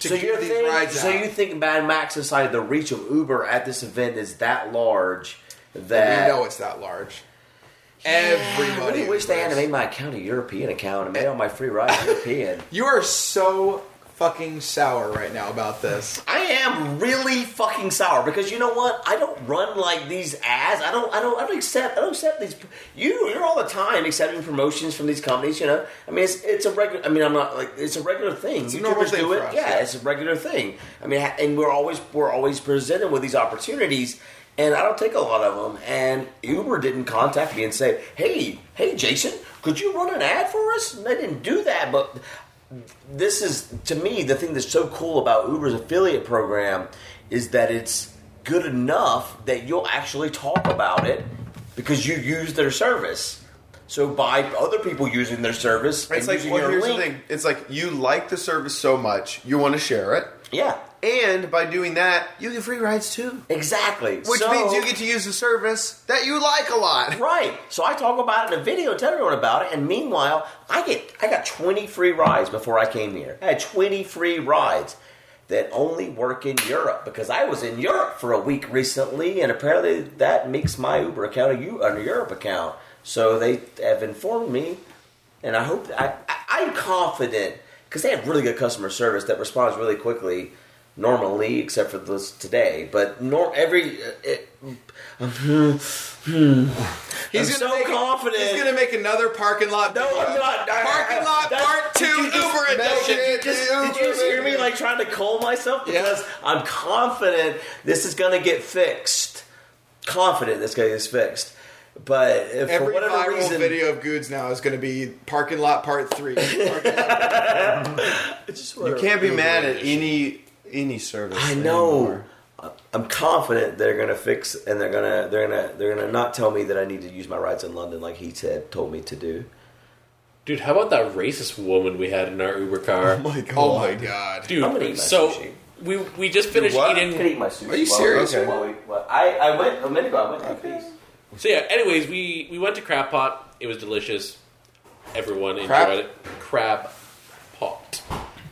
[SPEAKER 5] to
[SPEAKER 3] so
[SPEAKER 5] give
[SPEAKER 3] you're
[SPEAKER 5] these
[SPEAKER 3] thinking-
[SPEAKER 5] rides
[SPEAKER 3] so
[SPEAKER 5] out.
[SPEAKER 3] you think Mad Max decided the reach of Uber at this event is that large that
[SPEAKER 5] we know it's that large. Everybody.
[SPEAKER 3] I really wish they had
[SPEAKER 5] embraced-
[SPEAKER 3] made my account a European account and made all my free rides European.
[SPEAKER 5] You are so fucking sour right now about this.
[SPEAKER 3] I am really fucking sour because you know what? I don't run like these ads. I don't. I don't. I don't accept. I don't accept these. You. You're all the time accepting promotions from these companies. You know. I mean, it's it's a regular. I mean, I'm not like it's a regular thing.
[SPEAKER 5] a normal
[SPEAKER 3] YouTubers
[SPEAKER 5] thing
[SPEAKER 3] do
[SPEAKER 5] for
[SPEAKER 3] it.
[SPEAKER 5] us,
[SPEAKER 3] yeah,
[SPEAKER 5] yeah.
[SPEAKER 3] it's a regular thing. I mean, ha- and we're always we're always presented with these opportunities, and I don't take a lot of them. And Uber didn't contact me and say, "Hey, hey, Jason, could you run an ad for us?" And they didn't do that, but this is to me the thing that's so cool about Uber's affiliate program is that it's good enough that you'll actually talk about it because you use their service. So by other people using their service,
[SPEAKER 1] It's
[SPEAKER 3] and
[SPEAKER 1] like
[SPEAKER 3] using
[SPEAKER 1] well,
[SPEAKER 3] your
[SPEAKER 1] here's
[SPEAKER 3] link-
[SPEAKER 1] the thing. It's like you like the service so much, you want to share it,
[SPEAKER 3] yeah,
[SPEAKER 1] and by doing that, you get free rides too,
[SPEAKER 3] exactly.
[SPEAKER 1] which
[SPEAKER 3] So-
[SPEAKER 1] means you get to use the service that you like a lot.
[SPEAKER 3] Right. So I talk about it in a video, tell everyone about it, and meanwhile, I get I got 20 free rides before I came here. I had 20 free rides that only work in Europe because I was in Europe for a week recently, and apparently that makes my Uber account a, U, a Europe account. So they have informed me, and I hope I, I I'm confident because they have really good customer service that responds really quickly. Normally, except for this today, but nor every uh, it,
[SPEAKER 5] He's
[SPEAKER 3] I'm
[SPEAKER 5] gonna
[SPEAKER 3] so
[SPEAKER 5] make,
[SPEAKER 3] confident.
[SPEAKER 5] He's gonna make another parking lot.
[SPEAKER 3] No, I'm not. I-
[SPEAKER 5] Parking
[SPEAKER 3] I-
[SPEAKER 5] lot
[SPEAKER 3] that-
[SPEAKER 5] part two
[SPEAKER 3] did you just-
[SPEAKER 5] Uber
[SPEAKER 3] Did
[SPEAKER 5] edition.
[SPEAKER 3] you just, did you just hear me like trying to call myself because I'm confident this is gonna get fixed. Confident this gonna get fixed, but if for
[SPEAKER 5] Every
[SPEAKER 3] whatever
[SPEAKER 5] viral
[SPEAKER 3] reason,
[SPEAKER 5] video of Goods now is going to be parking lot part three. Parking lot part-
[SPEAKER 3] it's just
[SPEAKER 1] You
[SPEAKER 3] whatever.
[SPEAKER 1] can't be mad at any any service.
[SPEAKER 3] I know.
[SPEAKER 1] anymore.
[SPEAKER 3] I'm confident they're gonna fix and they're gonna they're gonna they're gonna not tell me that I need to use my rights in London like he said told me to do.
[SPEAKER 2] Dude, how about that racist woman we had in our Uber car?
[SPEAKER 1] Oh my god.
[SPEAKER 5] oh my god!
[SPEAKER 2] Dude,
[SPEAKER 3] I'm gonna eat my
[SPEAKER 2] so
[SPEAKER 3] sushi.
[SPEAKER 2] we we just finished
[SPEAKER 1] what?
[SPEAKER 2] eating.
[SPEAKER 3] Could eat my sushi.
[SPEAKER 5] Are you
[SPEAKER 3] while-
[SPEAKER 5] serious?
[SPEAKER 3] okay. while we- while- I, I went a minute ago. I went to okay.
[SPEAKER 2] So yeah. Anyways, we we went to Crab Pot. It was delicious. Everyone
[SPEAKER 5] Crab?
[SPEAKER 2] enjoyed it. Crab Pot.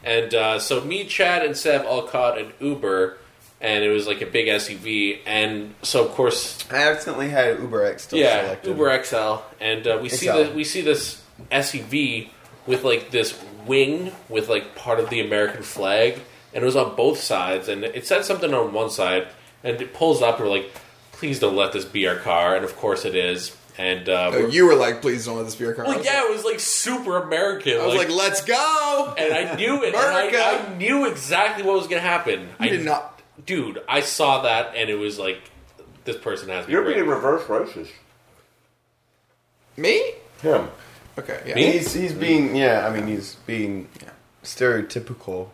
[SPEAKER 2] And uh, so me, Chad, and Seb all caught an Uber, and it was like a big SUV. And so of course,
[SPEAKER 1] I accidentally had Uber X still
[SPEAKER 2] yeah,
[SPEAKER 1] selected.
[SPEAKER 2] Uber XL, and uh, we see
[SPEAKER 1] XL.
[SPEAKER 2] the, we see this SUV with like this wing with like part of the American flag, and it was on both sides, and it said something on one side, and it pulls up, and we're like, please don't let this be our car, and of course it is, and uh,
[SPEAKER 5] Oh, you were like, please don't let this be your car. I
[SPEAKER 2] well,
[SPEAKER 5] was
[SPEAKER 2] yeah,
[SPEAKER 5] like-
[SPEAKER 2] it was like super American.
[SPEAKER 5] I was like, let's go.
[SPEAKER 2] and I knew it. and
[SPEAKER 5] America.
[SPEAKER 2] I, I knew exactly what was going to happen. I
[SPEAKER 5] I did not.
[SPEAKER 2] dude. I saw that, and it was like, this person has me.
[SPEAKER 3] You're
[SPEAKER 2] raped.
[SPEAKER 3] being reverse racist.
[SPEAKER 5] Me?
[SPEAKER 3] Him.
[SPEAKER 5] Okay. Yeah.
[SPEAKER 2] Me?
[SPEAKER 1] He's he's being yeah. I mean, he's being stereotypical.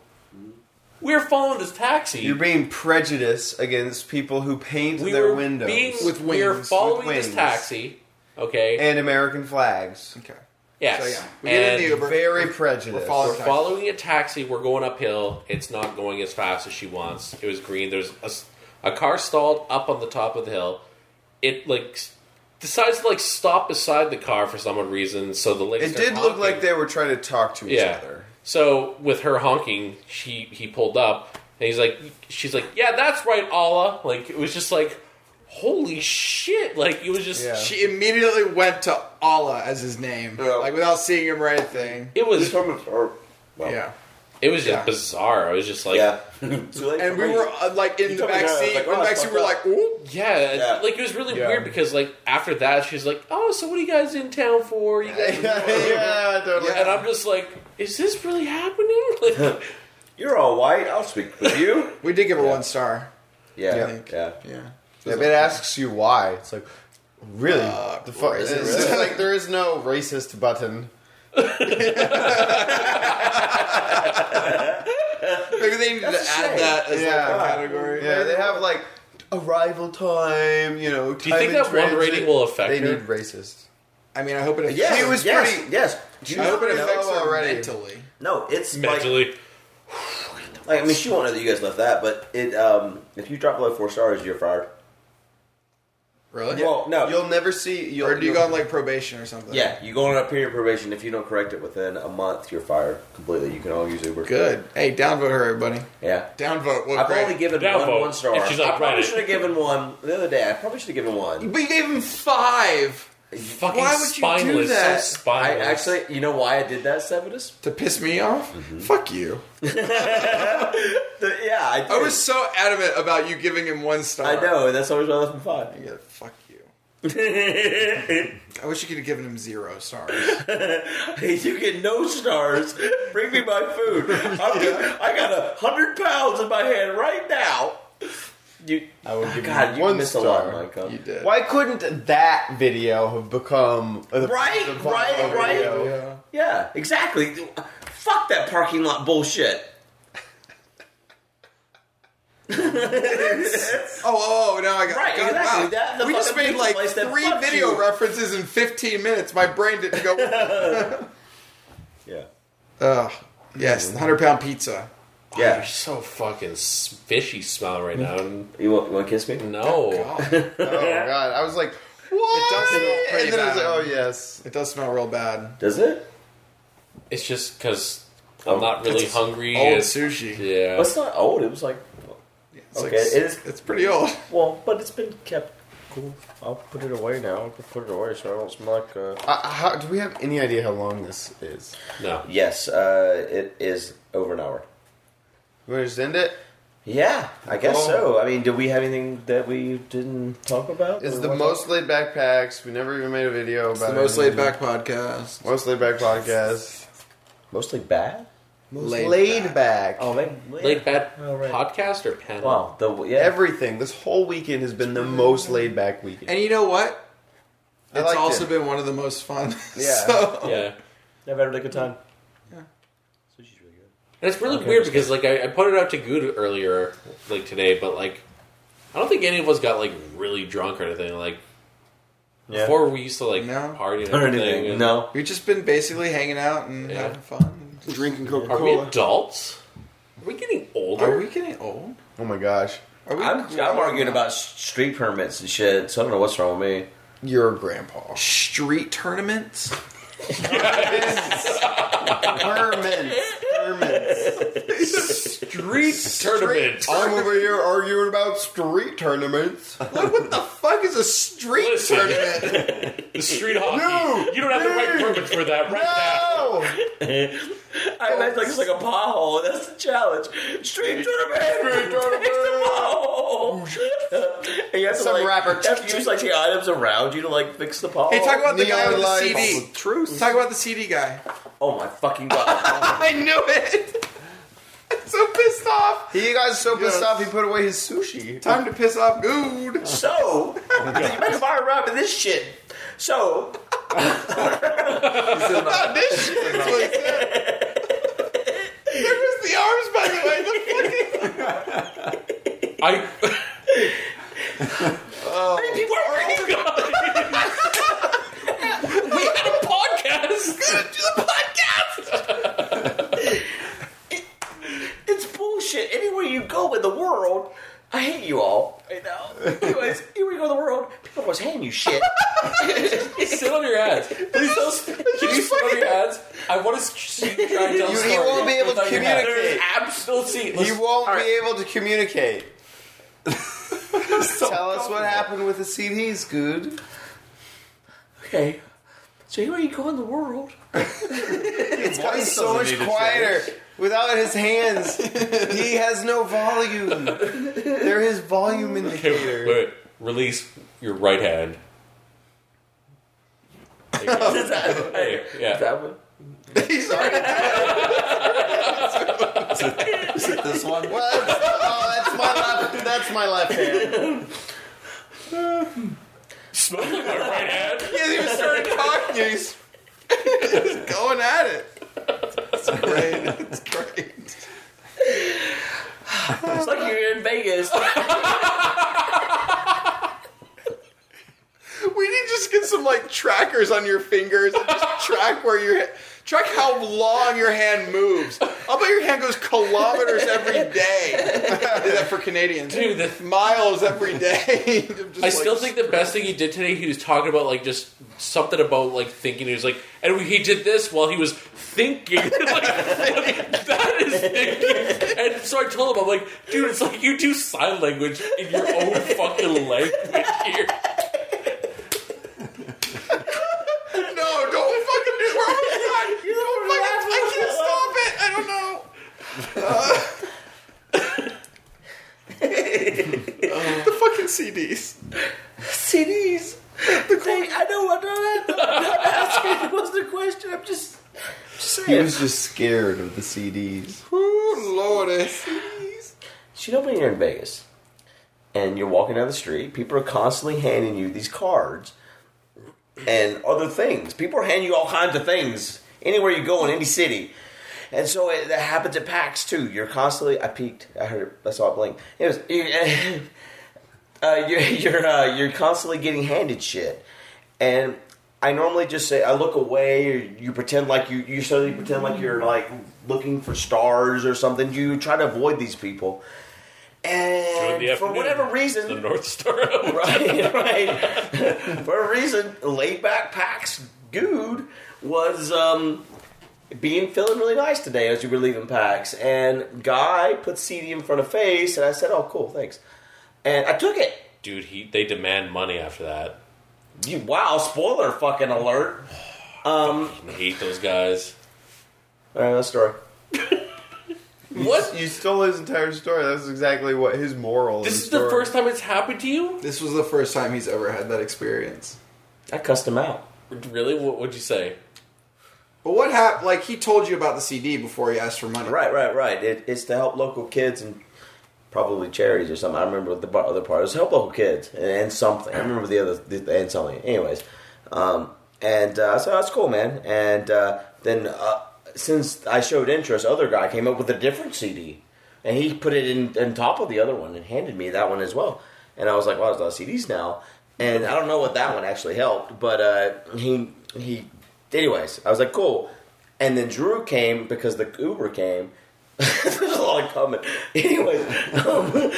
[SPEAKER 2] We're following this taxi.
[SPEAKER 1] You're being prejudiced against people who paint
[SPEAKER 2] we
[SPEAKER 1] their
[SPEAKER 2] were
[SPEAKER 1] windows
[SPEAKER 2] being,
[SPEAKER 5] With
[SPEAKER 2] We were
[SPEAKER 5] wings,
[SPEAKER 2] following
[SPEAKER 1] with
[SPEAKER 2] this
[SPEAKER 1] wings.
[SPEAKER 2] taxi. Okay.
[SPEAKER 1] and American flags.
[SPEAKER 5] Okay.
[SPEAKER 2] yes.
[SPEAKER 5] So yeah, we get in
[SPEAKER 2] and
[SPEAKER 5] the Uber.
[SPEAKER 1] Very prejudiced.
[SPEAKER 5] We're following-
[SPEAKER 2] We're following a taxi. We're going uphill. It's not going as fast as she wants. It was green. There's a, s- a car stalled up on the top of the hill. It like s- decides to like stop beside the car for some reason. So the lady
[SPEAKER 1] It
[SPEAKER 2] started
[SPEAKER 1] did look
[SPEAKER 2] honking.
[SPEAKER 1] like they were trying to talk to each
[SPEAKER 2] yeah.
[SPEAKER 1] other.
[SPEAKER 2] So with her honking, she he pulled up and he's like, she's like, yeah, that's right, Allah. Like it was just like, holy shit! Like it was just.
[SPEAKER 1] Yeah.
[SPEAKER 5] She immediately went to Allah as his name,
[SPEAKER 3] Yeah.
[SPEAKER 5] like without seeing him or anything.
[SPEAKER 2] It
[SPEAKER 3] This
[SPEAKER 2] was
[SPEAKER 3] woman's or well,
[SPEAKER 5] Yeah.
[SPEAKER 2] it was just
[SPEAKER 5] Yeah.
[SPEAKER 2] bizarre. I was just like,
[SPEAKER 3] yeah. Too late
[SPEAKER 5] And
[SPEAKER 3] for
[SPEAKER 5] we
[SPEAKER 3] me.
[SPEAKER 5] were uh, like in
[SPEAKER 3] You
[SPEAKER 5] the
[SPEAKER 3] told me
[SPEAKER 5] back
[SPEAKER 3] that, I was
[SPEAKER 5] seat.
[SPEAKER 3] like,
[SPEAKER 5] in
[SPEAKER 3] oh,
[SPEAKER 5] the back
[SPEAKER 3] it's
[SPEAKER 5] seat, we were
[SPEAKER 3] fucked
[SPEAKER 5] like, ooh.
[SPEAKER 2] Yeah,
[SPEAKER 3] Yeah.
[SPEAKER 2] like it was really
[SPEAKER 1] Yeah.
[SPEAKER 2] weird because like after that she's like, "Oh, so what are you guys in town for?" You guys
[SPEAKER 1] yeah, totally.
[SPEAKER 2] and I'm just like, "Is this really happening?" Like,
[SPEAKER 3] You're all white. I'll speak with you.
[SPEAKER 5] We did give her one star.
[SPEAKER 3] Yeah.
[SPEAKER 1] Yeah.
[SPEAKER 3] Yeah.
[SPEAKER 5] Yeah.
[SPEAKER 1] Yeah, but it asks you why. It's like, really? the fuck?
[SPEAKER 5] racist.
[SPEAKER 1] It's just like there is no racist button.
[SPEAKER 5] Maybe they needed to add that as
[SPEAKER 1] Yeah.
[SPEAKER 5] like a category.
[SPEAKER 1] Yeah, they have like arrival time. You know,
[SPEAKER 2] do you think that one rating will affect
[SPEAKER 1] They
[SPEAKER 2] her?
[SPEAKER 1] need racist.
[SPEAKER 5] I mean, I hope it affects.
[SPEAKER 3] Yes,
[SPEAKER 1] He was
[SPEAKER 3] yes,
[SPEAKER 1] pretty-
[SPEAKER 3] Yes.
[SPEAKER 5] I hope it
[SPEAKER 1] No,
[SPEAKER 5] affects her
[SPEAKER 1] already.
[SPEAKER 5] mentally.
[SPEAKER 3] No, it's like,
[SPEAKER 2] mentally?
[SPEAKER 3] like I mean, she won't know that you guys left that, but it um, if you drop below four stars, you're fired.
[SPEAKER 5] Really?
[SPEAKER 3] Well, no,
[SPEAKER 1] You'll never see. You'll,
[SPEAKER 5] or do you
[SPEAKER 1] you'll-
[SPEAKER 5] go on like probation or something?
[SPEAKER 3] yeah, you go on a period of probation. If you don't correct it within a month, you're fired completely. You can all use Uber.
[SPEAKER 5] Good. Hey, downvote her, everybody.
[SPEAKER 3] Yeah.
[SPEAKER 5] Downvote. What
[SPEAKER 3] I've
[SPEAKER 5] great.
[SPEAKER 3] only given
[SPEAKER 2] Downvote.
[SPEAKER 3] one one star.
[SPEAKER 2] If she's on
[SPEAKER 3] I probably
[SPEAKER 2] Reddit.
[SPEAKER 3] should have given one the other day. I probably should have given one.
[SPEAKER 5] We gave him five
[SPEAKER 2] Fucking
[SPEAKER 5] Why would you do
[SPEAKER 2] spineless.
[SPEAKER 5] that?
[SPEAKER 3] I
[SPEAKER 2] So spineless.
[SPEAKER 3] actually, you know why I did that, Sevitus?
[SPEAKER 5] to piss me off.
[SPEAKER 1] Mm-hmm.
[SPEAKER 5] Fuck you.
[SPEAKER 3] The- yeah, I did.
[SPEAKER 5] I was so adamant about you giving him one
[SPEAKER 3] I
[SPEAKER 5] star.
[SPEAKER 3] know. That's always why I left him five.
[SPEAKER 5] Yeah, fuck you. I wish you could have given him zero stars.
[SPEAKER 3] you get no stars. Bring me my food. I'm I got a hundred pounds in my hand right now. You,
[SPEAKER 1] I would give
[SPEAKER 3] God,
[SPEAKER 1] you
[SPEAKER 3] you
[SPEAKER 1] one
[SPEAKER 3] missed
[SPEAKER 1] star.
[SPEAKER 3] a lot, Michael.
[SPEAKER 5] You did.
[SPEAKER 1] Why couldn't that video have become the,
[SPEAKER 3] Right,
[SPEAKER 1] the viral
[SPEAKER 3] right, right.
[SPEAKER 1] video?
[SPEAKER 5] Yeah.
[SPEAKER 3] Yeah, exactly. Fuck that parking lot bullshit.
[SPEAKER 5] Oh, oh, oh, now I got
[SPEAKER 3] Right,
[SPEAKER 5] God,
[SPEAKER 3] exactly.
[SPEAKER 5] wow.
[SPEAKER 3] That- the
[SPEAKER 5] we just
[SPEAKER 3] fucking
[SPEAKER 5] made
[SPEAKER 3] pizza
[SPEAKER 5] like
[SPEAKER 3] place that
[SPEAKER 5] three
[SPEAKER 3] fucked
[SPEAKER 5] video
[SPEAKER 3] you.
[SPEAKER 5] references in 15 minutes. My brain didn't go.
[SPEAKER 3] Yeah.
[SPEAKER 5] Ugh.
[SPEAKER 3] Mm.
[SPEAKER 5] Yes, the 100 pound pizza.
[SPEAKER 2] yeah.
[SPEAKER 3] Yeah.
[SPEAKER 2] You're so fucking s- fishy smelling right now. And
[SPEAKER 3] You want, you want to kiss me?
[SPEAKER 2] no,
[SPEAKER 5] God.
[SPEAKER 1] Oh god, I was like, what?
[SPEAKER 5] does smell pretty
[SPEAKER 1] and then I was like,
[SPEAKER 5] bad.
[SPEAKER 1] oh yes.
[SPEAKER 5] It does smell real bad.
[SPEAKER 3] Does it?
[SPEAKER 2] it's just because
[SPEAKER 3] Oh,
[SPEAKER 2] I'm not really
[SPEAKER 5] it's
[SPEAKER 2] hungry.
[SPEAKER 5] Old
[SPEAKER 2] It's-
[SPEAKER 5] sushi.
[SPEAKER 2] yeah,
[SPEAKER 3] Well, it's not old. It was like,
[SPEAKER 5] It's
[SPEAKER 3] Okay, it is-
[SPEAKER 5] It's pretty old.
[SPEAKER 3] well, but it's been kept cool. I'll put it away now. I'll put it away so I don't smell like. Uh...
[SPEAKER 1] Uh, how, do we have any idea how long this is?
[SPEAKER 2] no.
[SPEAKER 3] Yes, uh, it is over an hour.
[SPEAKER 1] You want to just end it?
[SPEAKER 3] Yeah, I guess
[SPEAKER 1] Well-
[SPEAKER 3] so. I mean, did we have anything that we didn't talk about?
[SPEAKER 1] It's
[SPEAKER 3] Or
[SPEAKER 1] the
[SPEAKER 3] what-
[SPEAKER 1] most laid back packs. We never even made a video
[SPEAKER 5] It's
[SPEAKER 1] about
[SPEAKER 5] the
[SPEAKER 1] it.
[SPEAKER 5] most laid back podcast.
[SPEAKER 1] Most laid back podcast.
[SPEAKER 3] mostly bad.
[SPEAKER 1] Most
[SPEAKER 5] Laid
[SPEAKER 1] laid, back.
[SPEAKER 3] Oh, they,
[SPEAKER 2] Late bad
[SPEAKER 3] Oh, right.
[SPEAKER 2] podcast or panel?
[SPEAKER 3] Wow, the yeah.
[SPEAKER 1] Everything. This whole weekend has been the most laid back weekend.
[SPEAKER 5] And you know what?
[SPEAKER 1] I
[SPEAKER 5] It's
[SPEAKER 1] liked
[SPEAKER 5] also
[SPEAKER 1] it.
[SPEAKER 5] been one of the most fun.
[SPEAKER 1] Yeah.
[SPEAKER 5] So-
[SPEAKER 2] Yeah.
[SPEAKER 3] I've had a good time. Yeah. Sushi's really good.
[SPEAKER 2] And it's really weird because like I, I pointed out to Good earlier, like today, but like I don't think any of us got like really drunk or anything. Like
[SPEAKER 3] Yeah.
[SPEAKER 2] before, we used to like
[SPEAKER 5] No.
[SPEAKER 2] party and
[SPEAKER 3] or
[SPEAKER 2] everything.
[SPEAKER 3] anything.
[SPEAKER 2] and-
[SPEAKER 3] No.
[SPEAKER 5] We've just been basically hanging out and
[SPEAKER 2] Yeah.
[SPEAKER 5] having fun.
[SPEAKER 1] Drinking
[SPEAKER 2] Are
[SPEAKER 1] Coca
[SPEAKER 2] we adults? Are we getting older?
[SPEAKER 5] Are we getting old?
[SPEAKER 1] Oh my gosh.
[SPEAKER 5] Are we?
[SPEAKER 3] I'm, I'm arguing about s- street permits and shit, so I don't know what's wrong with me.
[SPEAKER 1] You're a grandpa.
[SPEAKER 5] street tournaments.
[SPEAKER 1] Hermits. Hermits.
[SPEAKER 2] Street tournament. Oh,
[SPEAKER 1] I'm over here arguing about street tournaments.
[SPEAKER 5] Like, what the fuck is a street
[SPEAKER 2] Listen.
[SPEAKER 5] tournament?
[SPEAKER 2] The street hockey.
[SPEAKER 1] No!
[SPEAKER 2] You don't have the right
[SPEAKER 1] No!
[SPEAKER 2] permit for that right
[SPEAKER 1] No!
[SPEAKER 3] I imagine like it's like a pothole. That's the challenge. Street tournament. It's a pothole. Oh, And you have
[SPEAKER 1] Some
[SPEAKER 3] to like,
[SPEAKER 1] rapper-
[SPEAKER 3] You have to use like the items around you to like fix the problem.
[SPEAKER 5] Hey, talk about the
[SPEAKER 1] Neon
[SPEAKER 5] guy with the
[SPEAKER 1] lights.
[SPEAKER 5] CD.
[SPEAKER 10] Truth.
[SPEAKER 5] Oh, Talk about the CD guy.
[SPEAKER 3] oh my fucking god!
[SPEAKER 5] I knew it. I'm so pissed off.
[SPEAKER 1] He got so pissed
[SPEAKER 5] Yes.
[SPEAKER 1] off he put away his sushi.
[SPEAKER 5] Time to piss off Good.
[SPEAKER 3] so you make a fire ramen this shit. So
[SPEAKER 5] Not this shit. is what he said. There was the arms, by the way. The fucking
[SPEAKER 2] I
[SPEAKER 5] Oh.
[SPEAKER 3] people are bringing
[SPEAKER 2] we had a podcast.
[SPEAKER 3] It's bullshit. Anywhere you go in the world, I hate you all. I know. Anyways, anywhere you go in the world, people always hand you shit.
[SPEAKER 2] sit on your ads. Please don't. Can you sit on your ads? I want to see you try and tell a
[SPEAKER 1] You- he
[SPEAKER 2] story.
[SPEAKER 1] won't be able to
[SPEAKER 2] without your ads.
[SPEAKER 1] communicate.
[SPEAKER 2] Absolutely. See,
[SPEAKER 1] He
[SPEAKER 2] listen,
[SPEAKER 1] won't be able to communicate. Tell us what happened with the CDs, good.
[SPEAKER 3] okay. So anywhere you go in the world,
[SPEAKER 1] It's gotten so much quieter without his hands. he has no volume. There is volume indicator.
[SPEAKER 2] wait, wait. release your right hand. There you go.
[SPEAKER 3] is that,
[SPEAKER 2] Hey, yeah.
[SPEAKER 3] that one?
[SPEAKER 1] He's already
[SPEAKER 10] Is it this one?
[SPEAKER 1] well, that's, oh, that's my left. That's my left hand.
[SPEAKER 2] Smoking my right hand.
[SPEAKER 5] He hasn't even started talking. yet. He's he's going at it. It's great. It's great.
[SPEAKER 3] It's like you're in Vegas.
[SPEAKER 5] We need to just get some like trackers on your fingers and just track where your track how long your hand moves. I'll bet your hand goes kilometers every day. I did that for Canadians.
[SPEAKER 2] Dude, the-
[SPEAKER 5] miles every day.
[SPEAKER 2] I still think the best thing he did today, he was talking about like just something about like thinking. He was like, and he did this while he was thinking. like, that is thinking. And so I told him, I'm like, dude, it's like you do sign language in your own fucking language here.
[SPEAKER 5] no, don't fucking do it. We're almost done. Don't fucking- I can't stop it. I don't know. Uh, the fucking CDs.
[SPEAKER 3] CDs. Hey, I know what I know. I'm not asking. What's the question? I'm just, just
[SPEAKER 1] He
[SPEAKER 3] saying.
[SPEAKER 1] was just scared of the CDs.
[SPEAKER 5] Ooh, lordy.
[SPEAKER 3] So you know when you're in Vegas and you're walking down the street, people are constantly handing you these cards and other things. People are handing you all kinds of things anywhere you go in any city. And so it, that happens at PAX too. You're constantly. I peeked. I heard. It, I saw it blink. It was. you- Uh, you're you're uh, you're constantly getting handed shit, and I normally just say I look away. Or you pretend like you you suddenly pretend like you're like looking for stars or something. You try to avoid these people,
[SPEAKER 2] During
[SPEAKER 3] and
[SPEAKER 2] the
[SPEAKER 3] for
[SPEAKER 2] afternoon,
[SPEAKER 3] whatever
[SPEAKER 2] The
[SPEAKER 3] reason,
[SPEAKER 2] North Star.
[SPEAKER 3] right, right. For a reason, laid back Pax dude was um, being feeling really nice today as you were leaving Pax, and guy put CD in front of face, and I said, "Oh, cool, thanks," and I took it.
[SPEAKER 2] Dude, he they demand money after that.
[SPEAKER 3] You, wow, spoiler fucking alert. Um,
[SPEAKER 2] I hate those guys.
[SPEAKER 3] all right, that's the story.
[SPEAKER 2] What?
[SPEAKER 1] You stole his entire story. That was exactly what his moral.
[SPEAKER 2] This is the first time it's happened to you?
[SPEAKER 5] This was the first time he's ever had that experience.
[SPEAKER 3] I cussed him out.
[SPEAKER 2] Really? What would you say?
[SPEAKER 5] But what happened? Like he told you about the CD before he asked for money,
[SPEAKER 3] Right, right, right. It, it's to help local kids and probably charities or something. I remember what the bar- other part. It was help local kids and, and something. I remember the other the, and something. Anyways, um, and uh, so that's cool, man. And uh, then uh, since I showed interest, other guy came up with a different CD, and he put it in, in top of the other one and handed me that one as well. And I was like, wow, there's a lot of CDs now. And I don't know what that one actually helped, but uh, he he. Anyways, I was like, cool. And then Drew came because the Uber came. There's a lot coming. Anyways, um,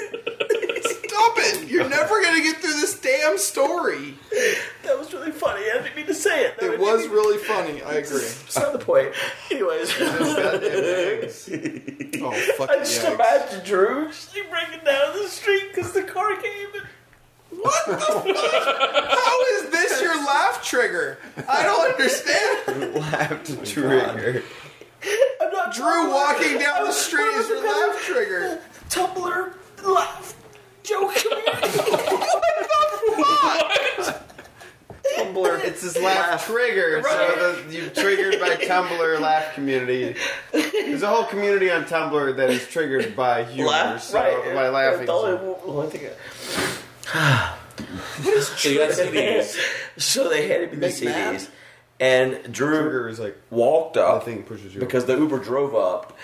[SPEAKER 5] Stop it! You're never gonna get through this damn story.
[SPEAKER 3] that was really funny. I didn't mean to say it.
[SPEAKER 5] It was really funny. I agree.
[SPEAKER 3] It's not the point. Anyways,
[SPEAKER 5] Oh
[SPEAKER 3] I
[SPEAKER 5] fucking
[SPEAKER 3] just
[SPEAKER 5] yikes.
[SPEAKER 3] imagine Drew just like breaking down the street because the car came. And-
[SPEAKER 5] What the fuck? How is this your laugh trigger? I don't understand.
[SPEAKER 1] trigger.
[SPEAKER 3] I'm not on
[SPEAKER 5] Drew
[SPEAKER 3] Tumblr.
[SPEAKER 5] walking down the
[SPEAKER 3] was-
[SPEAKER 5] street
[SPEAKER 3] I
[SPEAKER 5] is
[SPEAKER 3] was
[SPEAKER 5] your
[SPEAKER 3] gonna-
[SPEAKER 5] laugh trigger.
[SPEAKER 3] Tumblr laugh joke community. Oh
[SPEAKER 1] Tumblr, it's his laugh trigger. So the, you're triggered by Tumblr laugh community. There's a whole community on Tumblr that is triggered by humor, so by laughing. so-
[SPEAKER 2] So you got CDs.
[SPEAKER 3] So they handed me the
[SPEAKER 5] McMahon?
[SPEAKER 3] CDs, and Drew
[SPEAKER 1] Trigger is like
[SPEAKER 3] walked
[SPEAKER 1] the
[SPEAKER 3] up
[SPEAKER 1] thing pushes you.
[SPEAKER 3] because the Uber drove up,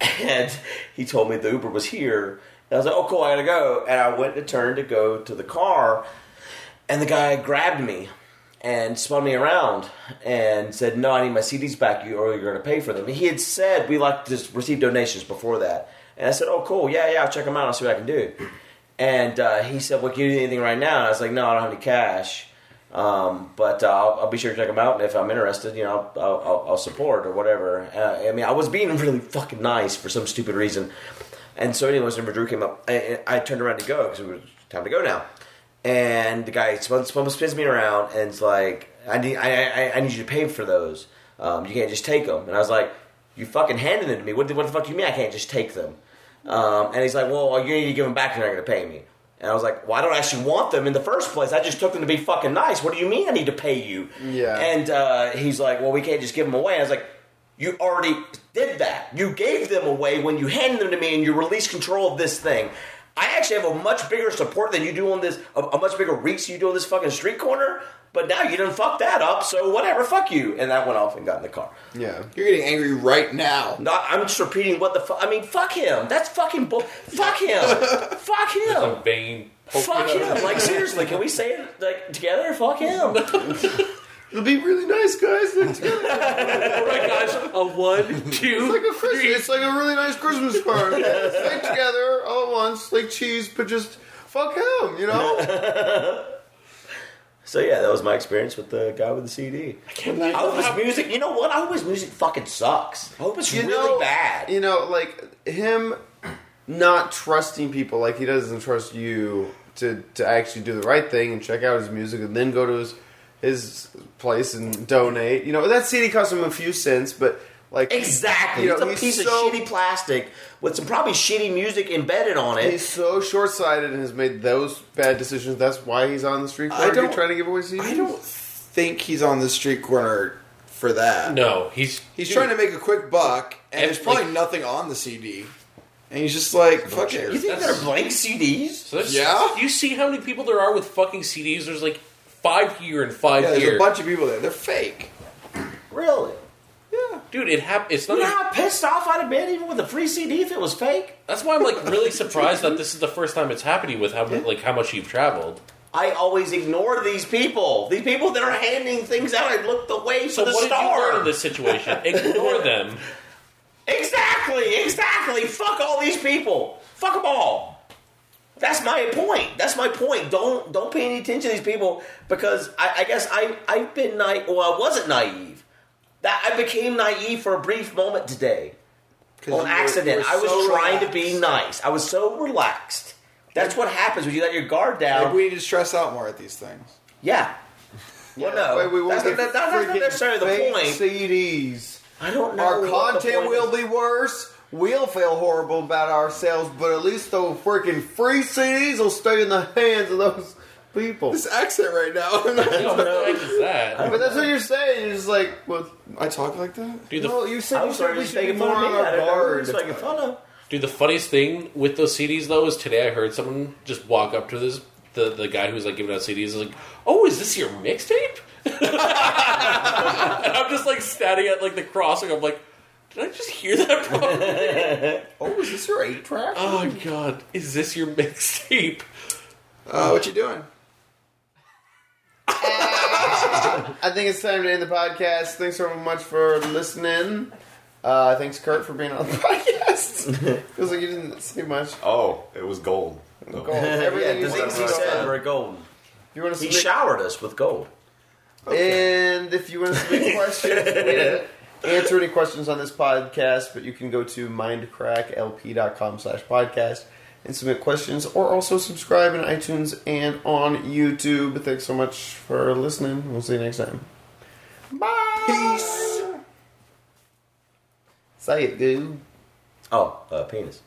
[SPEAKER 3] and he told me the Uber was here. And I was like, "Oh, cool, I gotta go." And I went to turn to go to the car, and the guy grabbed me and spun me around and said, "No, I need my CDs back. You or you're gonna pay for them." And he had said we like to just receive donations before that, and I said, "Oh, cool, yeah, yeah, I'll check them out. I'll see what I can do." And uh, he said, "Well, can you do anything right now?" And I was like, "No, I don't have any cash." Um, but uh, I'll, I'll be sure to check them out, and if I'm interested, you know, I'll, I'll, I'll support or whatever. Uh, I mean, I was being really fucking nice for some stupid reason, and so anyways, whenever Drew came up, I, I I turned around to go because it was time to go now, and the guy spun, spun, spins me around and it's like, "I need, I, I, I need you to pay for those. Um, you can't just take them." And I was like, "You fucking handed them to me. What, the- what the fuck do you mean I can't just take them?" Um, and he's like, well, you need to give them back. You're not going to pay me. And I was like, well, I don't actually want them in the first place. I just took them to be fucking nice. What do you mean I need to pay you?
[SPEAKER 1] Yeah.
[SPEAKER 3] And uh, he's like, well, we can't just give them away. And I was like, you already did that. You gave them away when you handed them to me and you released control of this thing. I actually have a much bigger support than you do on this, a, a much bigger reach you do on this fucking street corner. But now you done fucked that up, so whatever, fuck you. And I went off and got in the car.
[SPEAKER 1] yeah.
[SPEAKER 5] You're getting angry right now.
[SPEAKER 3] No, I'm just repeating what the fuck. I mean, fuck him. That's fucking bull. Fuck him. fuck
[SPEAKER 2] A
[SPEAKER 3] him.
[SPEAKER 2] vein. poking
[SPEAKER 3] Fuck
[SPEAKER 2] out of-
[SPEAKER 3] him. Like seriously, can we say it like together? Fuck him.
[SPEAKER 1] It'll be really nice, guys. It's
[SPEAKER 2] Oh my gosh! A one, two.
[SPEAKER 1] like a Christmas. It's like a really nice Christmas card. Like together all at once, like cheese, but just fuck him. You know.
[SPEAKER 3] So yeah, that was my experience with the guy with the CD. I, hope his music. You know what? I hope his music fucking sucks. I hope it's
[SPEAKER 1] You
[SPEAKER 3] really
[SPEAKER 1] know-
[SPEAKER 3] bad.
[SPEAKER 1] You know, like him not trusting people, like he doesn't trust you to to actually do the right thing and check out his music and then go to his his place and donate. You know, that CD cost him a few cents, but like
[SPEAKER 3] exactly.
[SPEAKER 1] you know,
[SPEAKER 3] it's
[SPEAKER 1] he's
[SPEAKER 3] a piece
[SPEAKER 1] so-
[SPEAKER 3] of shitty plastic with some probably shitty music embedded on it.
[SPEAKER 1] He's so short sighted and has made those bad decisions. That's why he's on the street
[SPEAKER 5] I
[SPEAKER 1] corner
[SPEAKER 5] don't-
[SPEAKER 1] trying to give away CDs.
[SPEAKER 5] I don't think he's on the street corner for that.
[SPEAKER 2] No, he's
[SPEAKER 5] He's trying to make a quick buck, and there's
[SPEAKER 2] Ev-
[SPEAKER 5] probably
[SPEAKER 2] like-
[SPEAKER 5] nothing on the CD. And he's just like, fuck
[SPEAKER 3] you
[SPEAKER 5] it.
[SPEAKER 3] think
[SPEAKER 2] That's-
[SPEAKER 3] they're blank CDs?
[SPEAKER 2] So there's,
[SPEAKER 5] Yeah?
[SPEAKER 2] You see how many people there are with fucking CDs? There's like five here and five
[SPEAKER 5] Yeah, there's
[SPEAKER 2] here.
[SPEAKER 5] a bunch of people there. They're fake.
[SPEAKER 3] Really?
[SPEAKER 2] Dude, it hap- It's not.
[SPEAKER 3] You know
[SPEAKER 2] even-
[SPEAKER 3] how pissed off I'd have been even with a free CD if it was fake?
[SPEAKER 2] that's why I'm like really surprised that this is the first time it's happening with how mu- like how much you've traveled.
[SPEAKER 3] I always ignore these people. These people that are handing things out, I look the way
[SPEAKER 2] So
[SPEAKER 3] for the
[SPEAKER 2] what
[SPEAKER 3] star.
[SPEAKER 2] did you learn in this situation? Ignore them.
[SPEAKER 3] Exactly, exactly. Fuck all these people. Fuck them all. That's my point. That's my point. Don't don't pay any attention to these people because I, I guess I I've been naive. Well, I wasn't naive. That I became naive for a brief moment today
[SPEAKER 5] 'Cause
[SPEAKER 3] on
[SPEAKER 5] you were-
[SPEAKER 3] accident.
[SPEAKER 5] you were
[SPEAKER 3] I was
[SPEAKER 5] so
[SPEAKER 3] trying to
[SPEAKER 5] relaxed.
[SPEAKER 3] be nice. I was so relaxed. That's what happens when you let your guard down.
[SPEAKER 5] Maybe we need to stress out more at these things.
[SPEAKER 3] Yeah. Well, no.
[SPEAKER 1] Wait, we won't
[SPEAKER 3] that's,
[SPEAKER 1] get
[SPEAKER 3] not, that- that's not
[SPEAKER 1] freaking
[SPEAKER 3] necessarily the
[SPEAKER 1] fake
[SPEAKER 3] point.
[SPEAKER 1] CDs.
[SPEAKER 3] I don't know.
[SPEAKER 1] Our
[SPEAKER 3] what the
[SPEAKER 1] content
[SPEAKER 3] point
[SPEAKER 1] will
[SPEAKER 3] is.
[SPEAKER 1] be worse. We'll feel horrible about ourselves, but at least those freaking free CDs will stay in the hands of those people.
[SPEAKER 5] This accent right now. I'm not-
[SPEAKER 2] No, what the heck is that?
[SPEAKER 1] But that's what you're saying. You're just like, well,
[SPEAKER 5] I talk like that?
[SPEAKER 2] Dude, the
[SPEAKER 1] no, you said
[SPEAKER 3] I'm
[SPEAKER 1] you said
[SPEAKER 3] sorry,
[SPEAKER 1] we
[SPEAKER 3] just
[SPEAKER 1] should be
[SPEAKER 3] making
[SPEAKER 1] more
[SPEAKER 3] fun of
[SPEAKER 1] on
[SPEAKER 3] me.
[SPEAKER 1] our
[SPEAKER 3] I don't know who
[SPEAKER 1] guard.
[SPEAKER 3] it's making fun of.
[SPEAKER 2] Dude, the funniest thing with those CDs though is today I heard someone just walk up to this the, the guy who's like giving out CDs is like, "Oh, is this your mixtape?" and I'm just like standing at like the crossing. I'm like, "Did I just hear that?" Properly?
[SPEAKER 5] Oh, is this your eight track?
[SPEAKER 2] oh my god, is this your mixtape?
[SPEAKER 5] Uh, what you doing?
[SPEAKER 1] I think it's time to end the podcast. Thanks so much for listening. Uh, thanks, Kurt, for being on the podcast. Feels like you didn't say much.
[SPEAKER 10] Oh, it was gold. No.
[SPEAKER 1] Gold.
[SPEAKER 3] Yeah,
[SPEAKER 1] Everything
[SPEAKER 3] the
[SPEAKER 1] you said
[SPEAKER 3] things he
[SPEAKER 1] was
[SPEAKER 3] said
[SPEAKER 1] gold.
[SPEAKER 3] were golden.
[SPEAKER 1] If you want to
[SPEAKER 3] He
[SPEAKER 1] submit,
[SPEAKER 3] showered us with gold.
[SPEAKER 1] and if you want to submit questions, we didn't answer any questions on this podcast, but you can go to mindcracklp.com slash podcast and submit questions, or also subscribe in iTunes and on YouTube. Thanks so much for listening. We'll see you next time. Bye. Peace. Say it, dude.
[SPEAKER 3] Oh, uh, penis.